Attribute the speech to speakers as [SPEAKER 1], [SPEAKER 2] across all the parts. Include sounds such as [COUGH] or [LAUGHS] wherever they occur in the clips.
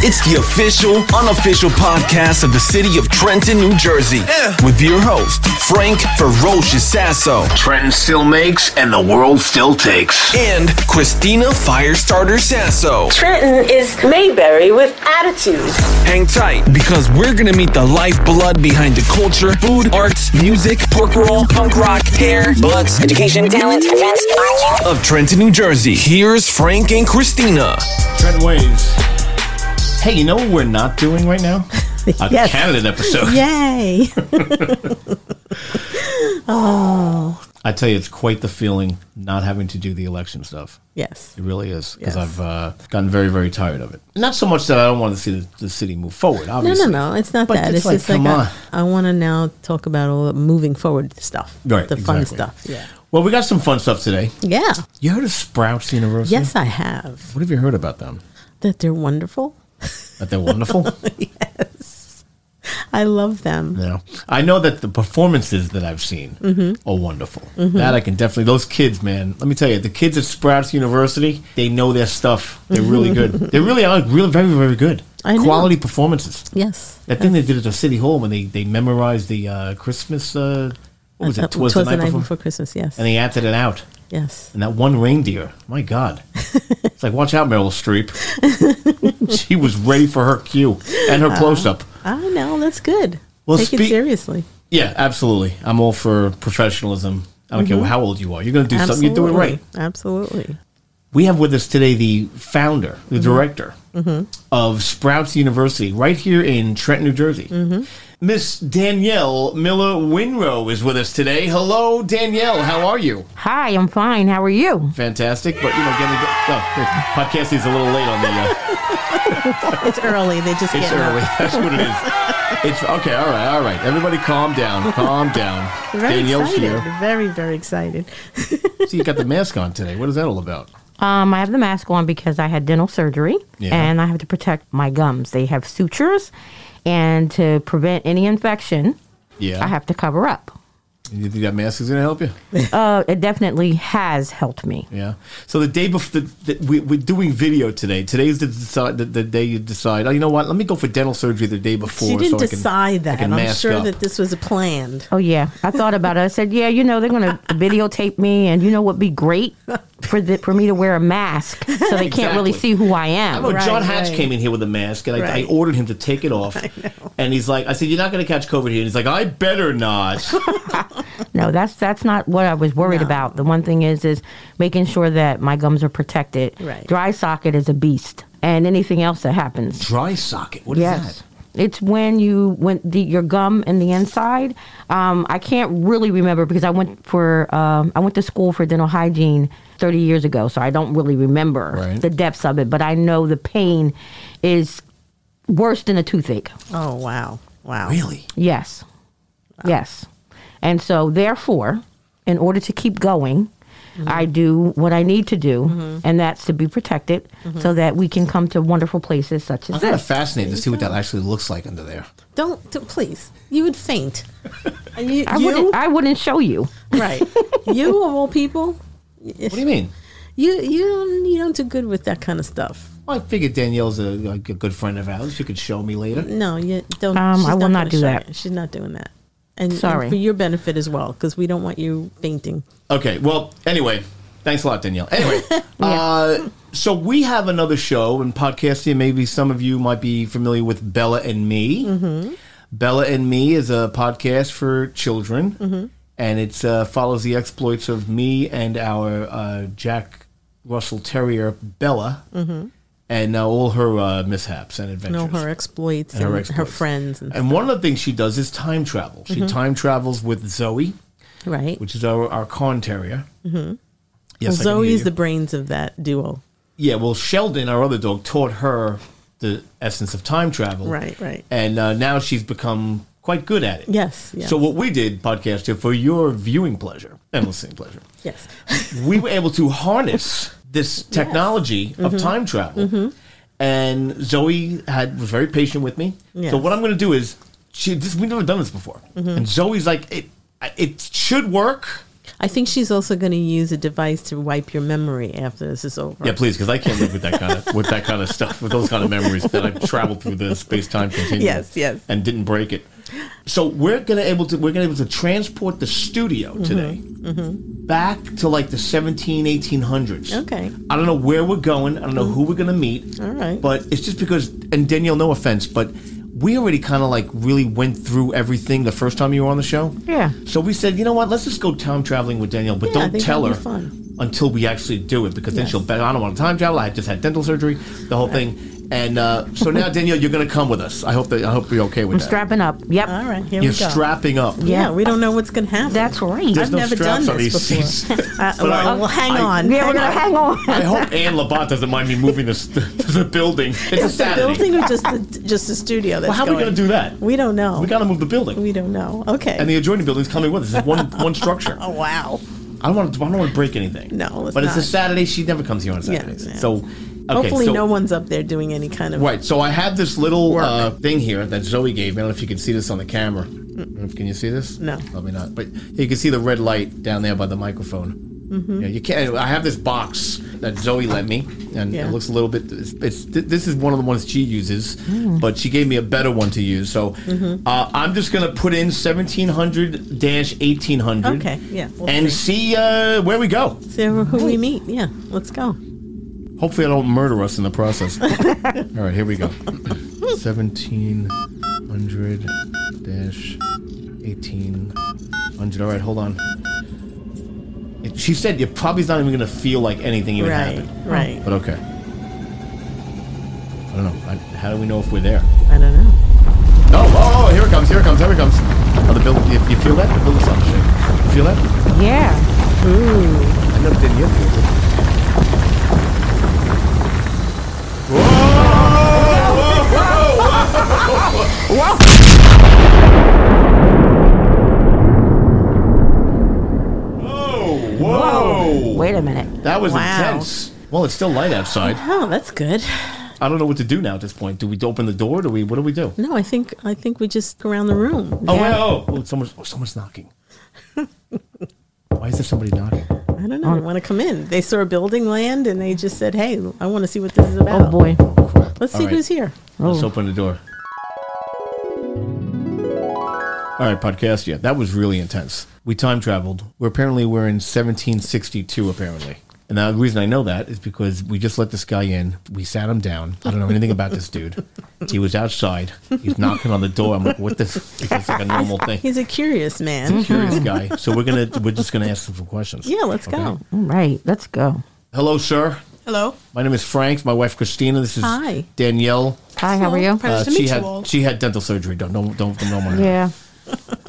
[SPEAKER 1] It's the official, unofficial podcast of the city of Trenton, New Jersey, with your host, Frank Ferocious Sasso,
[SPEAKER 2] Trend still makes and the world still takes.
[SPEAKER 1] and Christina Firestarter Sasso.
[SPEAKER 3] Trenton is Mayberry with attitude.
[SPEAKER 1] Hang tight because we're gonna meet the lifeblood behind the culture, food, arts, music, pork roll, punk rock, hair, butts, education, talent, events, of Trenton, New Jersey. Here's Frank and Christina.
[SPEAKER 4] [LAUGHS]
[SPEAKER 5] Trent Waves. Hey, you know what we're not doing right now? A
[SPEAKER 4] Yes.
[SPEAKER 5] Canada
[SPEAKER 4] [LAUGHS]
[SPEAKER 5] episode.
[SPEAKER 4] Yay!
[SPEAKER 5] I tell you, it's quite the feeling not having to do the election stuff.
[SPEAKER 4] yes.
[SPEAKER 5] It really is because
[SPEAKER 4] Yes.
[SPEAKER 5] I've uh, gotten very, very tired of it. Not so much that I don't want to see the, the city move forward.
[SPEAKER 4] No,
[SPEAKER 5] Obviously,
[SPEAKER 4] no, no. It's not
[SPEAKER 5] But
[SPEAKER 4] that.
[SPEAKER 5] it's
[SPEAKER 4] It's,
[SPEAKER 5] like,
[SPEAKER 4] just like
[SPEAKER 5] come on.
[SPEAKER 4] I, I want to now talk about all the moving forward stuff,
[SPEAKER 5] Right,
[SPEAKER 4] The fun
[SPEAKER 5] exactly.
[SPEAKER 4] stuff. Yeah.
[SPEAKER 5] Well, we got some fun stuff today.
[SPEAKER 4] Yeah.
[SPEAKER 5] You heard of Sprouts University?
[SPEAKER 4] Yes, I have.
[SPEAKER 5] What have you heard about them?
[SPEAKER 4] That they're wonderful.
[SPEAKER 5] That
[SPEAKER 4] [LAUGHS]
[SPEAKER 5] they're wonderful.
[SPEAKER 4] I love them.
[SPEAKER 5] No, I know that the performances that I've seen
[SPEAKER 4] Mm-hmm.
[SPEAKER 5] are wonderful. That I can definitely. Those kids, man. Let me tell you, the kids at Sprouts University, they know their stuff. They're really good. they really are really very very good.
[SPEAKER 4] Mm-hmm. I know.
[SPEAKER 5] Quality performances.
[SPEAKER 4] Yes.
[SPEAKER 5] That thing they did at the city hall when they they memorized the uh, Christmas. Uh, what was
[SPEAKER 4] Uh,
[SPEAKER 5] it? Twas, the, night before.
[SPEAKER 4] Christmas. Yes.
[SPEAKER 5] And they acted it out.
[SPEAKER 4] yes.
[SPEAKER 5] And that one reindeer.
[SPEAKER 4] [LAUGHS]
[SPEAKER 5] My God. it's like watch out, Meryl Streep. she was ready for her cue and
[SPEAKER 4] Uh-huh.
[SPEAKER 5] her close up.
[SPEAKER 4] Uh, I know. That's good.
[SPEAKER 5] Well,
[SPEAKER 4] Take
[SPEAKER 5] speak-
[SPEAKER 4] it seriously.
[SPEAKER 5] Yeah, absolutely. I'm all for professionalism. I don't care how old you are. You're going to do
[SPEAKER 4] Mm-hmm. Absolutely.
[SPEAKER 5] something. You do it right.
[SPEAKER 4] Absolutely.
[SPEAKER 5] We have with us today the founder,
[SPEAKER 4] Mm-hmm.
[SPEAKER 5] the director of Sprouts University, right here in Trenton, New Jersey.
[SPEAKER 4] Mm-hmm.
[SPEAKER 5] Miss Danielle Miller Winrow is with us today. Hello, Danielle. How are you?
[SPEAKER 6] Hi, I'm fine. How are you?
[SPEAKER 5] Fantastic. But you know, getting oh, wait, podcast is a little late on the.
[SPEAKER 4] [LAUGHS]
[SPEAKER 5] Uh,
[SPEAKER 4] It's early. They just
[SPEAKER 5] it's
[SPEAKER 4] get
[SPEAKER 5] early. That's what it is. It's okay. All right. All right. Everybody, calm down. Calm down.
[SPEAKER 4] [LAUGHS] Very
[SPEAKER 5] Danielle's
[SPEAKER 4] excited.
[SPEAKER 5] here.
[SPEAKER 4] Very, very excited.
[SPEAKER 5] So you got the mask on today. What is that all about?
[SPEAKER 6] Um, I have the mask on because I had dental surgery
[SPEAKER 5] Yeah.
[SPEAKER 6] and I have to protect my gums. They have sutures, and to prevent any infection,
[SPEAKER 5] Yeah.
[SPEAKER 6] I have to cover
[SPEAKER 5] [LAUGHS]
[SPEAKER 6] up.
[SPEAKER 5] You think that mask is going to help you?
[SPEAKER 6] Uh, it definitely has helped me.
[SPEAKER 5] Yeah. So the day before, the, the, we, we're doing video today. Today's the, decide, the the day you decide. Oh, you know what? Let me go for dental surgery the day before.
[SPEAKER 4] She didn't
[SPEAKER 5] so I can-
[SPEAKER 4] decide
[SPEAKER 5] I
[SPEAKER 4] that.
[SPEAKER 5] can
[SPEAKER 4] I'm
[SPEAKER 5] mask
[SPEAKER 4] sure
[SPEAKER 5] up.
[SPEAKER 4] that this was planned.
[SPEAKER 6] Oh yeah, I thought about it. I said, yeah, you know, they're
[SPEAKER 4] [LAUGHS]
[SPEAKER 6] gonna videotape me, and you know what'd be great for the, for me to wear a mask so they can't really see
[SPEAKER 5] Exactly.
[SPEAKER 6] who I
[SPEAKER 5] I
[SPEAKER 6] am.
[SPEAKER 5] know John
[SPEAKER 4] Right,
[SPEAKER 5] Hatch
[SPEAKER 4] right.
[SPEAKER 5] came in here with a mask, and I, I
[SPEAKER 4] Right.
[SPEAKER 5] ordered him to take
[SPEAKER 4] [LAUGHS]
[SPEAKER 5] it off. And he's like, "I said you're not going to catch COVID here." And he's like, "I better
[SPEAKER 4] [LAUGHS]
[SPEAKER 5] not."
[SPEAKER 6] No, that's that's not what I was worried
[SPEAKER 4] No.
[SPEAKER 6] about. The one thing is is making sure that my gums are protected.
[SPEAKER 4] Right.
[SPEAKER 6] Dry socket is a beast, and anything else that happens.
[SPEAKER 5] Dry socket. What is that?
[SPEAKER 6] It's when you when the, your gum and the inside. Um, I can't really remember because I went for um, I went to school for dental hygiene 30 years ago, so I don't really remember
[SPEAKER 5] Right.
[SPEAKER 6] the depths of it. But I know the pain is worse than a toothache.
[SPEAKER 4] Oh wow! Wow!
[SPEAKER 5] Really?
[SPEAKER 6] Yes. Yes. And so, therefore, in order to keep going,
[SPEAKER 4] Mm-hmm.
[SPEAKER 6] I do what I need to do, and that's to be protected
[SPEAKER 4] Mm-hmm.
[SPEAKER 6] so that we can come to wonderful places such
[SPEAKER 5] I'm
[SPEAKER 6] as
[SPEAKER 5] kind of
[SPEAKER 6] this.
[SPEAKER 5] fascinated to see what that actually looks like under there.
[SPEAKER 4] Don't, do please. You would
[SPEAKER 6] [LAUGHS]
[SPEAKER 4] faint. And you,
[SPEAKER 6] I
[SPEAKER 4] you
[SPEAKER 6] wouldn't, I wouldn't show you. [LAUGHS]
[SPEAKER 4] right? You of all people,
[SPEAKER 5] What do you mean?
[SPEAKER 4] you you don't you don't do good with that kind of stuff.
[SPEAKER 5] Well, I figured Danielle's a, a good friend of ours. She could show me later.
[SPEAKER 4] No, you don't.
[SPEAKER 6] Um,
[SPEAKER 4] she's
[SPEAKER 6] I will not
[SPEAKER 4] gonna
[SPEAKER 6] do
[SPEAKER 4] show
[SPEAKER 6] that.
[SPEAKER 4] you. She's not doing that. And, and
[SPEAKER 6] Sorry.
[SPEAKER 4] for your benefit as well, because we don't want you fainting.
[SPEAKER 5] Okay. Well, anyway, thanks a lot, Danielle. Anyway, uh, so we have another show in podcasting. Maybe some of you might be familiar with Bella and Me.
[SPEAKER 7] Mm-hmm.
[SPEAKER 5] Bella and Me is a podcast for children,
[SPEAKER 4] Mm-hmm.
[SPEAKER 5] and it uh, follows the exploits of me and our uh, Jack Russell Terrier Bella, and uh, all her uh, mishaps and adventures.
[SPEAKER 4] Mm-hmm. No, her exploits
[SPEAKER 5] And
[SPEAKER 4] and,
[SPEAKER 5] her
[SPEAKER 4] her,
[SPEAKER 5] exploits.
[SPEAKER 4] friends. And, Mm-hmm.
[SPEAKER 5] And one of the things she does is time travel. She time travels with Zoe,
[SPEAKER 4] right.
[SPEAKER 5] which is our, our con terrier. Mm-hmm. Yes, I can hear
[SPEAKER 4] Zoe's
[SPEAKER 5] you.
[SPEAKER 4] the brains of that duo.
[SPEAKER 5] Yeah, well, Sheldon, our other dog, taught her the essence of time travel.
[SPEAKER 4] Right, right.
[SPEAKER 5] And uh, now she's become quite good at it.
[SPEAKER 4] Yes. yes
[SPEAKER 5] So what we did, podcaster, for your viewing pleasure and listening
[SPEAKER 4] [LAUGHS]
[SPEAKER 5] pleasure,
[SPEAKER 4] Yes.
[SPEAKER 5] we were able to harness this technology
[SPEAKER 4] Mm-hmm.
[SPEAKER 5] of time travel.
[SPEAKER 8] Mm-hmm.
[SPEAKER 5] And Zoe had was very patient with me.
[SPEAKER 4] Yes.
[SPEAKER 5] So what I'm going to do is, she, this, we've never done this before, and Zoe's like, it, I- it should work.
[SPEAKER 4] I think she's also going to use a device to wipe your memory after this is over.
[SPEAKER 5] Yeah, please, because I can't live with that kind of with
[SPEAKER 4] [LAUGHS]
[SPEAKER 5] that kind of stuff, with those kind of memories that I've traveled through the space time continuum.
[SPEAKER 4] Yes, yes.
[SPEAKER 5] and didn't break it. So we're gonna able to we're gonna able to transport the studio
[SPEAKER 4] Mm-hmm.
[SPEAKER 5] today back to like the 17, 1800s.
[SPEAKER 4] Okay. Mm-hmm.
[SPEAKER 5] I don't know where we're going. I don't know who we're gonna meet.
[SPEAKER 4] All right.
[SPEAKER 5] but it's just because and Danielle, no offense, but. We already kind of like really went through everything the first time you were on the show.
[SPEAKER 6] Yeah.
[SPEAKER 5] So we said, you know what? Let's just go time traveling with Danielle, but
[SPEAKER 4] Yeah, I
[SPEAKER 5] don't
[SPEAKER 4] think
[SPEAKER 5] tell her
[SPEAKER 4] that'd be fun.
[SPEAKER 5] until we actually do it because then
[SPEAKER 4] Yes.
[SPEAKER 5] she'll bet I don't want to time travel. I just had dental surgery, the whole thing. And uh,
[SPEAKER 4] [LAUGHS]
[SPEAKER 5] so now, Danielle, you're going to come with us. I hope that I hope you're okay with
[SPEAKER 6] I'm
[SPEAKER 5] that.
[SPEAKER 6] strapping up. Yep.
[SPEAKER 4] All right, here
[SPEAKER 5] you're
[SPEAKER 4] we go.
[SPEAKER 5] strapping up.
[SPEAKER 4] yeah.
[SPEAKER 6] Yeah.
[SPEAKER 4] we don't know what's going to happen.
[SPEAKER 6] That's right.
[SPEAKER 5] There's
[SPEAKER 4] I've
[SPEAKER 5] no
[SPEAKER 4] never
[SPEAKER 5] straps
[SPEAKER 4] done
[SPEAKER 5] on
[SPEAKER 4] this
[SPEAKER 5] these
[SPEAKER 4] before. [LAUGHS]
[SPEAKER 5] seats.
[SPEAKER 4] Uh,
[SPEAKER 5] But I-
[SPEAKER 4] well, well, hang
[SPEAKER 5] I-
[SPEAKER 4] on.
[SPEAKER 6] yeah, we're
[SPEAKER 4] hang
[SPEAKER 6] gonna
[SPEAKER 4] on.
[SPEAKER 6] hang on.
[SPEAKER 5] I hope Anne Labat doesn't mind me moving this [LAUGHS] the building. It's a
[SPEAKER 4] Just the
[SPEAKER 5] Saturday.
[SPEAKER 4] building or just the, just the studio? That's
[SPEAKER 5] Well, how are we going to do that?
[SPEAKER 4] We don't know.
[SPEAKER 5] We got to move the building,
[SPEAKER 4] We don't know. Okay.
[SPEAKER 5] and the adjoining building's coming with us.
[SPEAKER 4] [LAUGHS]
[SPEAKER 5] It's one one structure.
[SPEAKER 4] oh wow.
[SPEAKER 5] I don't want to. I don't want to break anything.
[SPEAKER 4] No, it's
[SPEAKER 5] but it's a
[SPEAKER 4] not.
[SPEAKER 5] Saturday. She never comes here on Saturdays.
[SPEAKER 4] yeah.
[SPEAKER 5] So okay,
[SPEAKER 4] Hopefully,
[SPEAKER 5] so,
[SPEAKER 4] no one's up there doing any kind of
[SPEAKER 5] Right. So I have this little uh, thing here that Zoe gave me. I don't know if you can see this on the camera. Can you see this?
[SPEAKER 4] No.
[SPEAKER 5] Probably not. But you can see the red light down there by the microphone.
[SPEAKER 4] Mm-hmm.
[SPEAKER 5] Yeah, you can't. I have this box that Zoe lent me, and
[SPEAKER 4] Yeah.
[SPEAKER 5] it looks a little bit. It's, it's th- this is one of the ones she uses,
[SPEAKER 4] Hmm.
[SPEAKER 5] but she gave me a better one to use. So
[SPEAKER 4] Mm-hmm.
[SPEAKER 5] uh, I'm just gonna put in 1700 1800.
[SPEAKER 4] Okay, yeah, we'll
[SPEAKER 5] and see uh, where we go.
[SPEAKER 4] So who we meet. Yeah, let's go.
[SPEAKER 5] Hopefully, I don't murder us in the process. [LAUGHS] All right, here we go. 1700 dash 1800. All right, hold on. It- She said you're probably not even going to feel like anything even
[SPEAKER 4] right,
[SPEAKER 5] happened. Oh,
[SPEAKER 4] right.
[SPEAKER 5] But okay. I don't know. I, how do we know if we're there?
[SPEAKER 4] I don't know.
[SPEAKER 5] Oh, oh, oh, here it comes, here it comes, here it comes. Oh, the building, you, you feel that? The building's on shake. You feel that?
[SPEAKER 6] Yeah.
[SPEAKER 5] I know Danielle feels it.
[SPEAKER 6] Whoa. Wait a minute.
[SPEAKER 5] That was
[SPEAKER 4] Wow.
[SPEAKER 5] intense. Well, it's still light outside.
[SPEAKER 4] Oh, that's good.
[SPEAKER 5] I don't know what to do now at this point. Do we open the door? Do we? What do we do?
[SPEAKER 4] No, I think I think we just go around the room.
[SPEAKER 5] Oh, wait, oh, oh, someone's, oh, someone's
[SPEAKER 4] [LAUGHS]
[SPEAKER 5] knocking. Why is there somebody knocking?
[SPEAKER 4] I don't know. They want to come in. They saw a building land and they just said, "Hey, I want to see what this is about."
[SPEAKER 6] Oh boy. Oh.
[SPEAKER 4] Let's
[SPEAKER 5] All
[SPEAKER 4] see
[SPEAKER 5] right.
[SPEAKER 4] who's here.
[SPEAKER 5] Let's open the door. All right, podcast. Yeah, that was really intense. We time traveled. We're apparently we're in 1762. Apparently, and the reason I know that is because we just let this guy in. We sat him down. I don't know anything about this dude. He was outside. He's knocking on the door. I'm like, what this? Is this like a
[SPEAKER 4] [LAUGHS]
[SPEAKER 5] normal thing?
[SPEAKER 4] He's a curious man. [LAUGHS]
[SPEAKER 5] Curious guy. So we're gonna we're just gonna ask him some questions.
[SPEAKER 4] Yeah, let's go.
[SPEAKER 6] All right. Let's go.
[SPEAKER 5] Hello, sir.
[SPEAKER 9] Hello.
[SPEAKER 5] My name is Frank. My wife Christina. This is
[SPEAKER 4] Hi.
[SPEAKER 5] Danielle. Uh,
[SPEAKER 6] Hi. How are you?
[SPEAKER 9] Pleasure to
[SPEAKER 5] she
[SPEAKER 9] meet
[SPEAKER 5] had
[SPEAKER 9] you all.
[SPEAKER 5] she had dental surgery. Don't don't don't don't mind her.
[SPEAKER 6] Yeah.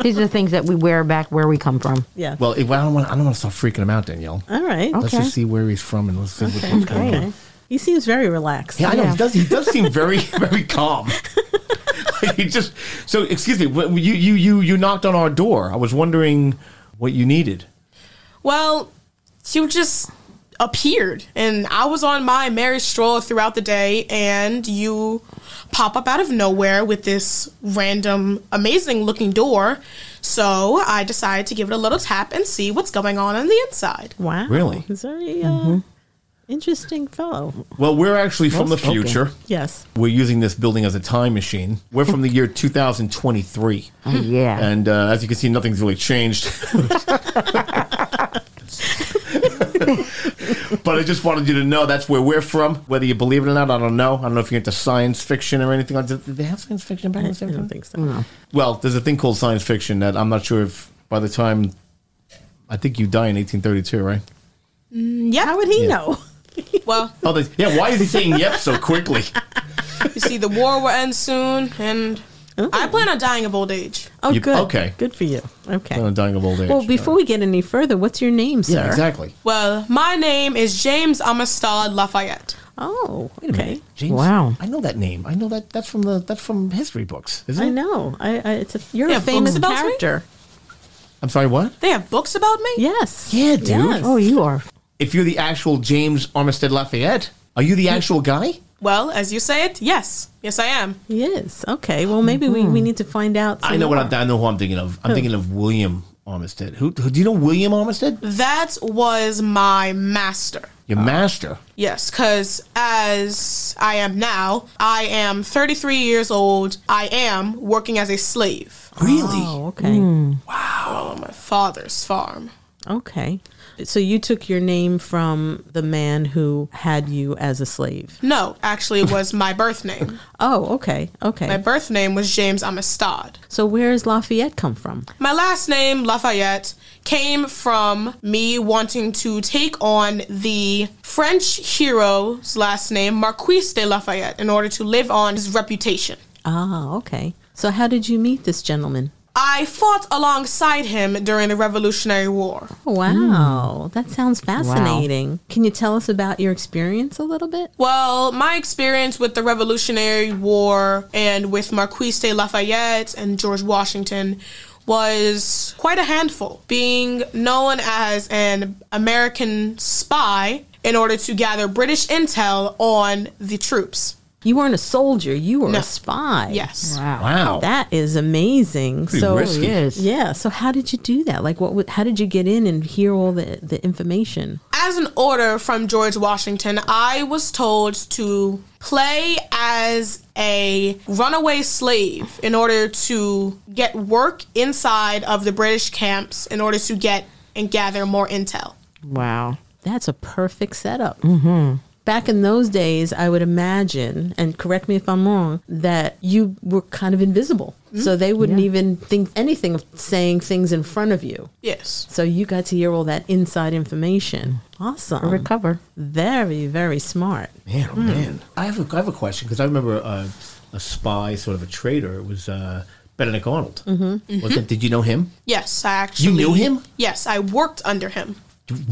[SPEAKER 6] These are the things that we wear back where we come from.
[SPEAKER 4] Yeah.
[SPEAKER 5] Well, if, I don't want I don't want to start freaking him out, Danielle.
[SPEAKER 4] all right.
[SPEAKER 5] Let's
[SPEAKER 6] Okay.
[SPEAKER 5] just see where he's from and let's see what what's going on.
[SPEAKER 4] Okay. He seems very relaxed.
[SPEAKER 5] Yeah, I know
[SPEAKER 6] Yeah.
[SPEAKER 5] he does. He does seem very [LAUGHS] very calm. he just so excuse me. wh- You you you you knocked on our door. I was wondering what you needed.
[SPEAKER 9] Well, she just appeared, and I was on my merry stroll throughout the day, and you pop up out of nowhere with this random, amazing looking door. So I decided to give it a little tap and see what's going on on the inside.
[SPEAKER 4] Wow.
[SPEAKER 5] Really?
[SPEAKER 4] He's very uh, interesting fellow.
[SPEAKER 5] Well, we're actually from
[SPEAKER 6] Mm-hmm. Well spoken.
[SPEAKER 5] the future.
[SPEAKER 4] Yes.
[SPEAKER 5] We're using this building as a time machine. We're from the year 2023.
[SPEAKER 6] Yeah.
[SPEAKER 5] And uh, as you can see, nothing's really changed. but I just wanted you to know that's where we're from. Whether you believe it or not, I don't know. I don't know if you're into science fiction or anything. like that. Did they have science fiction back
[SPEAKER 4] I
[SPEAKER 5] in the
[SPEAKER 4] I don't
[SPEAKER 5] 70s?
[SPEAKER 4] think so.
[SPEAKER 5] Well, there's a thing called science fiction that I'm not sure if by the time I think you die in 1832, right?
[SPEAKER 4] How would he know?
[SPEAKER 9] Mm, [LAUGHS] Well,
[SPEAKER 5] Oh, they, yeah. Why is he saying yep so quickly?
[SPEAKER 9] you see, the war will end soon, and I plan on dying of old age.
[SPEAKER 4] Oh,
[SPEAKER 5] You-
[SPEAKER 4] good.
[SPEAKER 5] okay.
[SPEAKER 4] Good for you. Okay.
[SPEAKER 5] I'm dying of old age.
[SPEAKER 4] well, before we get any further, what's your name, sir?
[SPEAKER 5] yeah, exactly.
[SPEAKER 9] Well, my name is James Amistad Lafayette.
[SPEAKER 4] Oh,
[SPEAKER 5] Wait a minute,
[SPEAKER 4] okay.
[SPEAKER 5] James.
[SPEAKER 6] Wow.
[SPEAKER 5] I know that name. I know that that's from the that's from history books, isn't
[SPEAKER 4] I
[SPEAKER 5] it?
[SPEAKER 4] know. I, I it's a, you're
[SPEAKER 9] Yeah,
[SPEAKER 4] a
[SPEAKER 9] books
[SPEAKER 4] famous
[SPEAKER 9] about me?
[SPEAKER 4] character.
[SPEAKER 5] I'm sorry, what?
[SPEAKER 9] They have books about me?
[SPEAKER 4] Yes.
[SPEAKER 5] Yeah, dude.
[SPEAKER 4] Yes.
[SPEAKER 6] oh, you are.
[SPEAKER 5] If you're the actual James Armistead Lafayette, are you the actual guy?
[SPEAKER 9] Well, as you say it, yes. Yes, I am.
[SPEAKER 4] Yes. Okay. Well, maybe we, we need to find out.
[SPEAKER 5] Mm-hmm. I
[SPEAKER 4] some
[SPEAKER 5] know what
[SPEAKER 4] more.
[SPEAKER 5] I'm, I know who I'm thinking of. I'm thinking of William Armistead? Who, who do you know? William Armistead,
[SPEAKER 9] That was my master.
[SPEAKER 4] Oh.
[SPEAKER 5] your master.
[SPEAKER 9] Yes, because as I am now, I am 33 years old. I am working as a slave
[SPEAKER 5] Really?
[SPEAKER 4] Oh, okay.
[SPEAKER 6] Hmm.
[SPEAKER 9] on my father's farm.
[SPEAKER 4] Okay. So you took your name from the man who had you as a slave.
[SPEAKER 9] No, actually, it was my birth name.
[SPEAKER 4] [LAUGHS] Oh, okay.
[SPEAKER 9] My
[SPEAKER 4] Okay.
[SPEAKER 9] birth name was James Amistad.
[SPEAKER 4] So where does Lafayette come from?
[SPEAKER 9] My last name, Lafayette, came from me wanting to take on the French hero's last name, Marquis de Lafayette, in order to live on his reputation.
[SPEAKER 4] Ah, okay. So how did you meet this gentleman?
[SPEAKER 9] I fought alongside him during the Revolutionary War.
[SPEAKER 4] Wow, Hmm. that sounds fascinating. Can you tell us about your experience a little bit?
[SPEAKER 9] Well, my experience with the Revolutionary War and with Marquis de Lafayette and George Washington was quite a handful. Being known as an American spy in order to gather British intel on the troops.
[SPEAKER 4] You weren't a soldier, you were
[SPEAKER 9] No.
[SPEAKER 4] a spy.
[SPEAKER 9] Yes.
[SPEAKER 6] Wow.
[SPEAKER 5] Wow.
[SPEAKER 4] That is amazing.
[SPEAKER 5] Pretty
[SPEAKER 4] so
[SPEAKER 5] risky.
[SPEAKER 6] Yes.
[SPEAKER 4] Yeah, so how did you do that? Like what would- how did you get in and hear all the the information?
[SPEAKER 9] As an order from George Washington, I was told to play as a runaway slave in order to get work inside of the British camps in order to get and gather more intel.
[SPEAKER 6] Wow.
[SPEAKER 4] That's a perfect setup. Back in those days, I would imagine, and correct me if I'm wrong, that you were kind of invisible. So they wouldn't even think anything of saying things in front of you.
[SPEAKER 9] Yes.
[SPEAKER 4] So you got to hear all that inside information. Awesome.
[SPEAKER 6] Recover.
[SPEAKER 4] Very, very smart.
[SPEAKER 5] Man, oh man. I have a, I have a question because I remember uh, a spy, sort of a traitor. It was uh, Benedict Arnold. Mm-hmm. Was it, did you know him?
[SPEAKER 9] Yes, I actually.
[SPEAKER 5] knew him?
[SPEAKER 9] Yes, I worked under him.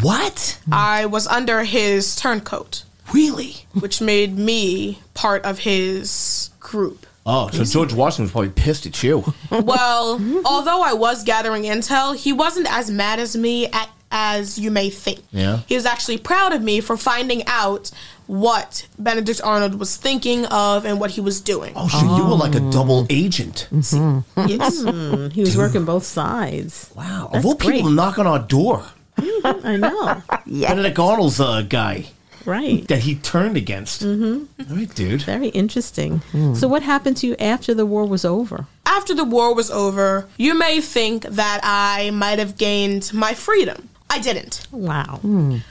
[SPEAKER 5] What?
[SPEAKER 9] I was under his turncoat,
[SPEAKER 5] Really?
[SPEAKER 9] which made me part of his group.
[SPEAKER 5] Oh, so George Washington was probably pissed at you.
[SPEAKER 9] Well, although I was gathering intel, he wasn't as mad as me at, as you may think.
[SPEAKER 5] Yeah.
[SPEAKER 9] He was actually proud of me for finding out what Benedict Arnold was thinking of and what he was doing.
[SPEAKER 5] Oh, Mm-hmm. so you were like a double agent.
[SPEAKER 9] Yes.
[SPEAKER 4] Mm, He was working both sides. [LAUGHS]
[SPEAKER 5] Wow.
[SPEAKER 4] That's
[SPEAKER 5] of all people
[SPEAKER 4] great.
[SPEAKER 5] knock on our door,
[SPEAKER 4] I know.
[SPEAKER 5] Benedict Arnold's uh, guy
[SPEAKER 4] Right.
[SPEAKER 5] that he turned against. Mm-hmm. All right, dude.
[SPEAKER 4] Very interesting. So, what happened to you after the war was over?
[SPEAKER 9] After the war was over, you may think that I might have gained my freedom. I didn't.
[SPEAKER 4] Wow.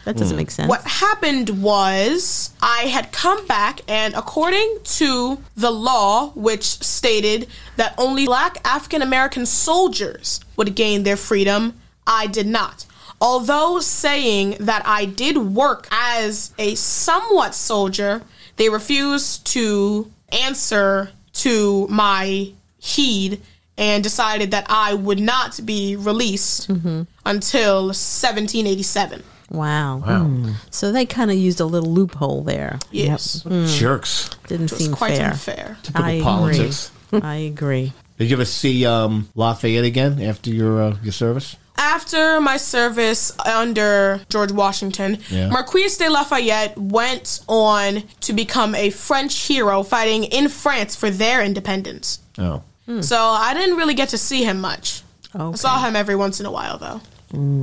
[SPEAKER 4] That doesn't make sense.
[SPEAKER 9] What happened was I had come back, and according to the law, which stated that only black African American soldiers would gain their freedom, I did not. Although saying that I did work as a somewhat soldier, they refused to answer to my heed and decided that I would not be released until 1787.
[SPEAKER 4] Wow. Hmm.
[SPEAKER 5] Wow.
[SPEAKER 4] So they kind of used a little loophole there. Hmm.
[SPEAKER 9] Yes.
[SPEAKER 5] Jerks.
[SPEAKER 4] Didn't
[SPEAKER 9] It was
[SPEAKER 4] seem
[SPEAKER 9] quite
[SPEAKER 4] fair.
[SPEAKER 9] unfair.
[SPEAKER 4] I
[SPEAKER 5] Typical politics.
[SPEAKER 4] agree. I agree.
[SPEAKER 5] Did you ever see um, Lafayette again after your uh, your service?
[SPEAKER 9] After my service under George Washington,
[SPEAKER 5] Yeah.
[SPEAKER 9] Marquis de Lafayette went on to become a French hero fighting in France for their independence.
[SPEAKER 5] Oh.
[SPEAKER 9] So I didn't really get to see him much. I
[SPEAKER 4] Hmm. Okay.
[SPEAKER 9] saw him every once in a while, though.
[SPEAKER 4] Hmm.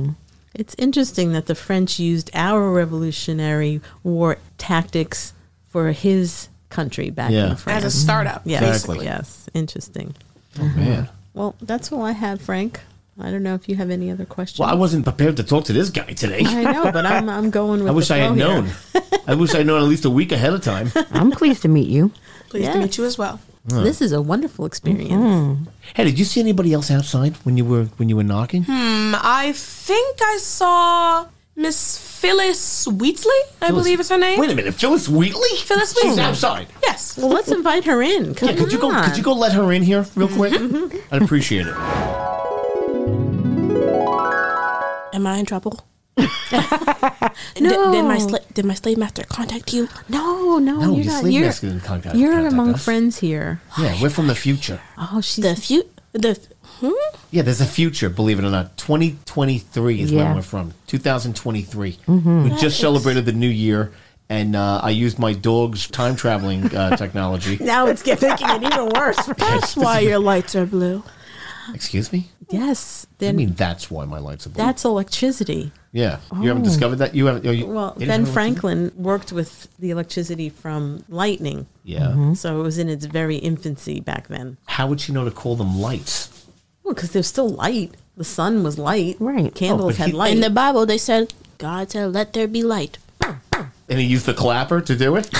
[SPEAKER 4] It's interesting that the French used our Revolutionary War tactics for his country back
[SPEAKER 5] Yeah.
[SPEAKER 4] in France.
[SPEAKER 9] As a
[SPEAKER 8] Mm-hmm.
[SPEAKER 9] startup,
[SPEAKER 4] yes.
[SPEAKER 5] Exactly.
[SPEAKER 4] Yes. Interesting.
[SPEAKER 5] Oh, man.
[SPEAKER 4] Well, that's all I have, Frank. I don't know if you have any other questions.
[SPEAKER 5] Well, I wasn't prepared to talk to this guy today.
[SPEAKER 4] I know, but
[SPEAKER 5] [LAUGHS]
[SPEAKER 4] I'm, I'm going with
[SPEAKER 5] I wish
[SPEAKER 4] the
[SPEAKER 5] I had
[SPEAKER 4] flow here.
[SPEAKER 5] known. I wish I had known at least a week ahead of
[SPEAKER 4] [LAUGHS]
[SPEAKER 5] time.
[SPEAKER 6] I'm pleased to meet you.
[SPEAKER 9] Pleased to
[SPEAKER 4] Yes.
[SPEAKER 9] meet you as well.
[SPEAKER 4] This is a wonderful experience.
[SPEAKER 5] Mm-hmm.
[SPEAKER 4] Mm-hmm.
[SPEAKER 5] Hey, did you see anybody else outside when you were when you were knocking?
[SPEAKER 9] Hmm, I think I saw Miss Phyllis Wheatley, I believe is her name.
[SPEAKER 5] Wait a minute, Phyllis Wheatley.
[SPEAKER 9] Phyllis
[SPEAKER 5] She's
[SPEAKER 9] Wheatley.
[SPEAKER 5] outside.
[SPEAKER 9] Yes.
[SPEAKER 4] Well, let's invite her in. Come Mm-hmm.
[SPEAKER 5] Yeah, could you go?
[SPEAKER 4] on.
[SPEAKER 5] Could you go let her in here real quick? I'd appreciate
[SPEAKER 9] Oh,
[SPEAKER 5] it.
[SPEAKER 8] Am I in trouble?
[SPEAKER 4] [LAUGHS] No.
[SPEAKER 8] Did, did my sla- did my slave master contact you?
[SPEAKER 4] No, no,
[SPEAKER 5] No,
[SPEAKER 4] you're
[SPEAKER 5] your
[SPEAKER 4] not.
[SPEAKER 5] sleep
[SPEAKER 4] You're,
[SPEAKER 5] mask didn't contact-
[SPEAKER 4] you're
[SPEAKER 5] contact
[SPEAKER 4] among
[SPEAKER 5] us.
[SPEAKER 4] friends here.
[SPEAKER 5] Yeah, we're from the future.
[SPEAKER 4] Oh, she's
[SPEAKER 8] The few the hmm?
[SPEAKER 5] Yeah, there's a future. Believe it or not, 2023 is where
[SPEAKER 6] Yeah.
[SPEAKER 5] we're from. 2023.
[SPEAKER 9] Mm-hmm.
[SPEAKER 5] We just celebrated the new year, and uh, I used my dog's
[SPEAKER 9] [LAUGHS]
[SPEAKER 5] time traveling uh, technology.
[SPEAKER 8] [LAUGHS]
[SPEAKER 4] now it's get- making it even worse.
[SPEAKER 8] That's why your lights are blue.
[SPEAKER 5] Excuse me?
[SPEAKER 4] Yes.
[SPEAKER 5] I
[SPEAKER 4] Then
[SPEAKER 5] mean, that's why my lights are blue.
[SPEAKER 4] that's electricity. Oh.
[SPEAKER 5] yeah. You haven't discovered that? You haven't. You,
[SPEAKER 4] Well,
[SPEAKER 5] they didn't
[SPEAKER 4] Ben
[SPEAKER 5] have electricity?
[SPEAKER 4] Franklin worked with the electricity from lightning.
[SPEAKER 5] Yeah.
[SPEAKER 6] Mm-hmm.
[SPEAKER 4] So it was in its very infancy back then.
[SPEAKER 5] How would she know to call them lights?
[SPEAKER 4] Well, because there's still light. The sun was light.
[SPEAKER 6] Right.
[SPEAKER 4] Candles
[SPEAKER 5] but
[SPEAKER 4] had
[SPEAKER 5] [LAUGHS] he-
[SPEAKER 4] light.
[SPEAKER 8] In the Bible, they said, God said, let there be [LAUGHS] light.
[SPEAKER 5] And he used the clapper to
[SPEAKER 9] [LAUGHS]
[SPEAKER 5] do it?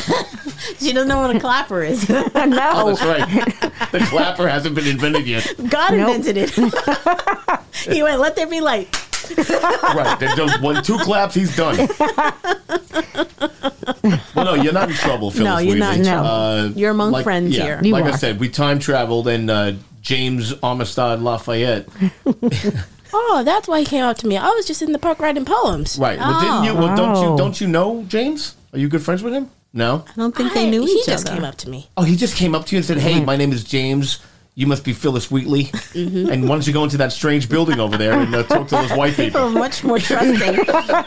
[SPEAKER 4] she doesn't know what a
[SPEAKER 8] [LAUGHS]
[SPEAKER 4] clapper is.
[SPEAKER 5] Oh,
[SPEAKER 6] no.
[SPEAKER 5] that's right. the clapper hasn't been invented yet.
[SPEAKER 4] God
[SPEAKER 6] [LAUGHS]
[SPEAKER 4] invented it. [LAUGHS] he went, let there be light.
[SPEAKER 5] Right. They've done one, two claps, he's done. well, no, you're not in trouble, Phyllis
[SPEAKER 4] No, you're not in
[SPEAKER 5] Wheatley.
[SPEAKER 4] trouble.
[SPEAKER 5] Uh,
[SPEAKER 4] You're among friends
[SPEAKER 5] yeah,
[SPEAKER 4] here.
[SPEAKER 6] You
[SPEAKER 5] like I
[SPEAKER 6] are.
[SPEAKER 5] said, we time traveled and uh, James Amistad Lafayette.
[SPEAKER 8] Oh, that's why he came up to me. I was just in the park writing poems. Oh,
[SPEAKER 5] Right. Well, didn't you? Well, don't you?
[SPEAKER 6] Oh.
[SPEAKER 5] Don't you know James? Are you good friends with him? No.
[SPEAKER 4] I don't think they knew
[SPEAKER 8] he
[SPEAKER 4] each
[SPEAKER 8] just
[SPEAKER 4] other.
[SPEAKER 8] came up to me.
[SPEAKER 5] Oh, he just came up to you and said, "Hey, my name is James. You must be Phyllis Wheatley,
[SPEAKER 8] Mm-hmm.
[SPEAKER 5] and why don't you go into that strange building over there and uh, talk to
[SPEAKER 4] [LAUGHS]
[SPEAKER 5] those
[SPEAKER 8] [LAUGHS]
[SPEAKER 5] white
[SPEAKER 4] People
[SPEAKER 5] people?"
[SPEAKER 4] were much more
[SPEAKER 5] [LAUGHS]
[SPEAKER 4] trusting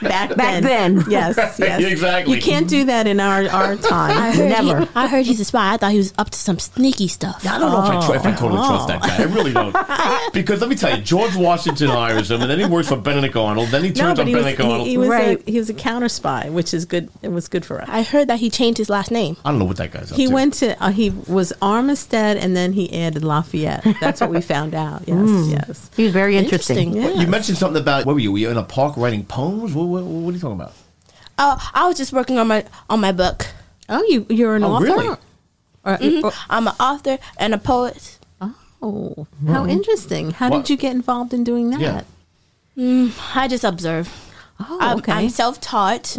[SPEAKER 4] back then.
[SPEAKER 6] then.
[SPEAKER 4] [LAUGHS] Yes, yes.
[SPEAKER 5] Exactly.
[SPEAKER 4] You can't do that in our,
[SPEAKER 8] [LAUGHS]
[SPEAKER 4] our
[SPEAKER 8] I
[SPEAKER 4] time.
[SPEAKER 8] heard
[SPEAKER 6] Never.
[SPEAKER 8] He, I heard he's a spy. I thought he was up to some sneaky stuff.
[SPEAKER 5] I don't know if I, tr- if I totally
[SPEAKER 4] Oh.
[SPEAKER 5] trust that guy. I
[SPEAKER 4] [LAUGHS]
[SPEAKER 5] really don't. Because let me tell you, George Washington hires him, and then he works for Benedict Arnold. Then he
[SPEAKER 4] No,
[SPEAKER 5] turns
[SPEAKER 4] but
[SPEAKER 5] on
[SPEAKER 4] he was,
[SPEAKER 5] Benedict
[SPEAKER 4] he,
[SPEAKER 5] Arnold.
[SPEAKER 4] he was
[SPEAKER 6] Right.
[SPEAKER 4] a, he was a counter spy, which is good. It was good for us.
[SPEAKER 8] I heard that he changed his last name.
[SPEAKER 5] I don't know what that guy's up
[SPEAKER 4] He
[SPEAKER 5] to.
[SPEAKER 4] went to uh, he was Armistead and then he added Lafayette. That's what we found out. [LAUGHS] Yes, yes.
[SPEAKER 6] Hmm. He was very interesting.
[SPEAKER 8] Interesting.
[SPEAKER 5] You mentioned something about where were you? Were you in a park writing poems? What, what, what are you talking about?
[SPEAKER 8] Oh, I was just working on my on my book. Mm-hmm.
[SPEAKER 4] Oh, you you're an
[SPEAKER 5] Oh,
[SPEAKER 4] author.
[SPEAKER 5] really?
[SPEAKER 4] Or- or-
[SPEAKER 8] I'm an author and a poet.
[SPEAKER 4] oh, how interesting! How
[SPEAKER 5] What-
[SPEAKER 4] did you get involved in doing that?
[SPEAKER 5] Yeah.
[SPEAKER 8] Mm, I just observe.
[SPEAKER 4] Oh,
[SPEAKER 8] I'm,
[SPEAKER 4] okay. Mm-hmm.
[SPEAKER 8] I'm self-taught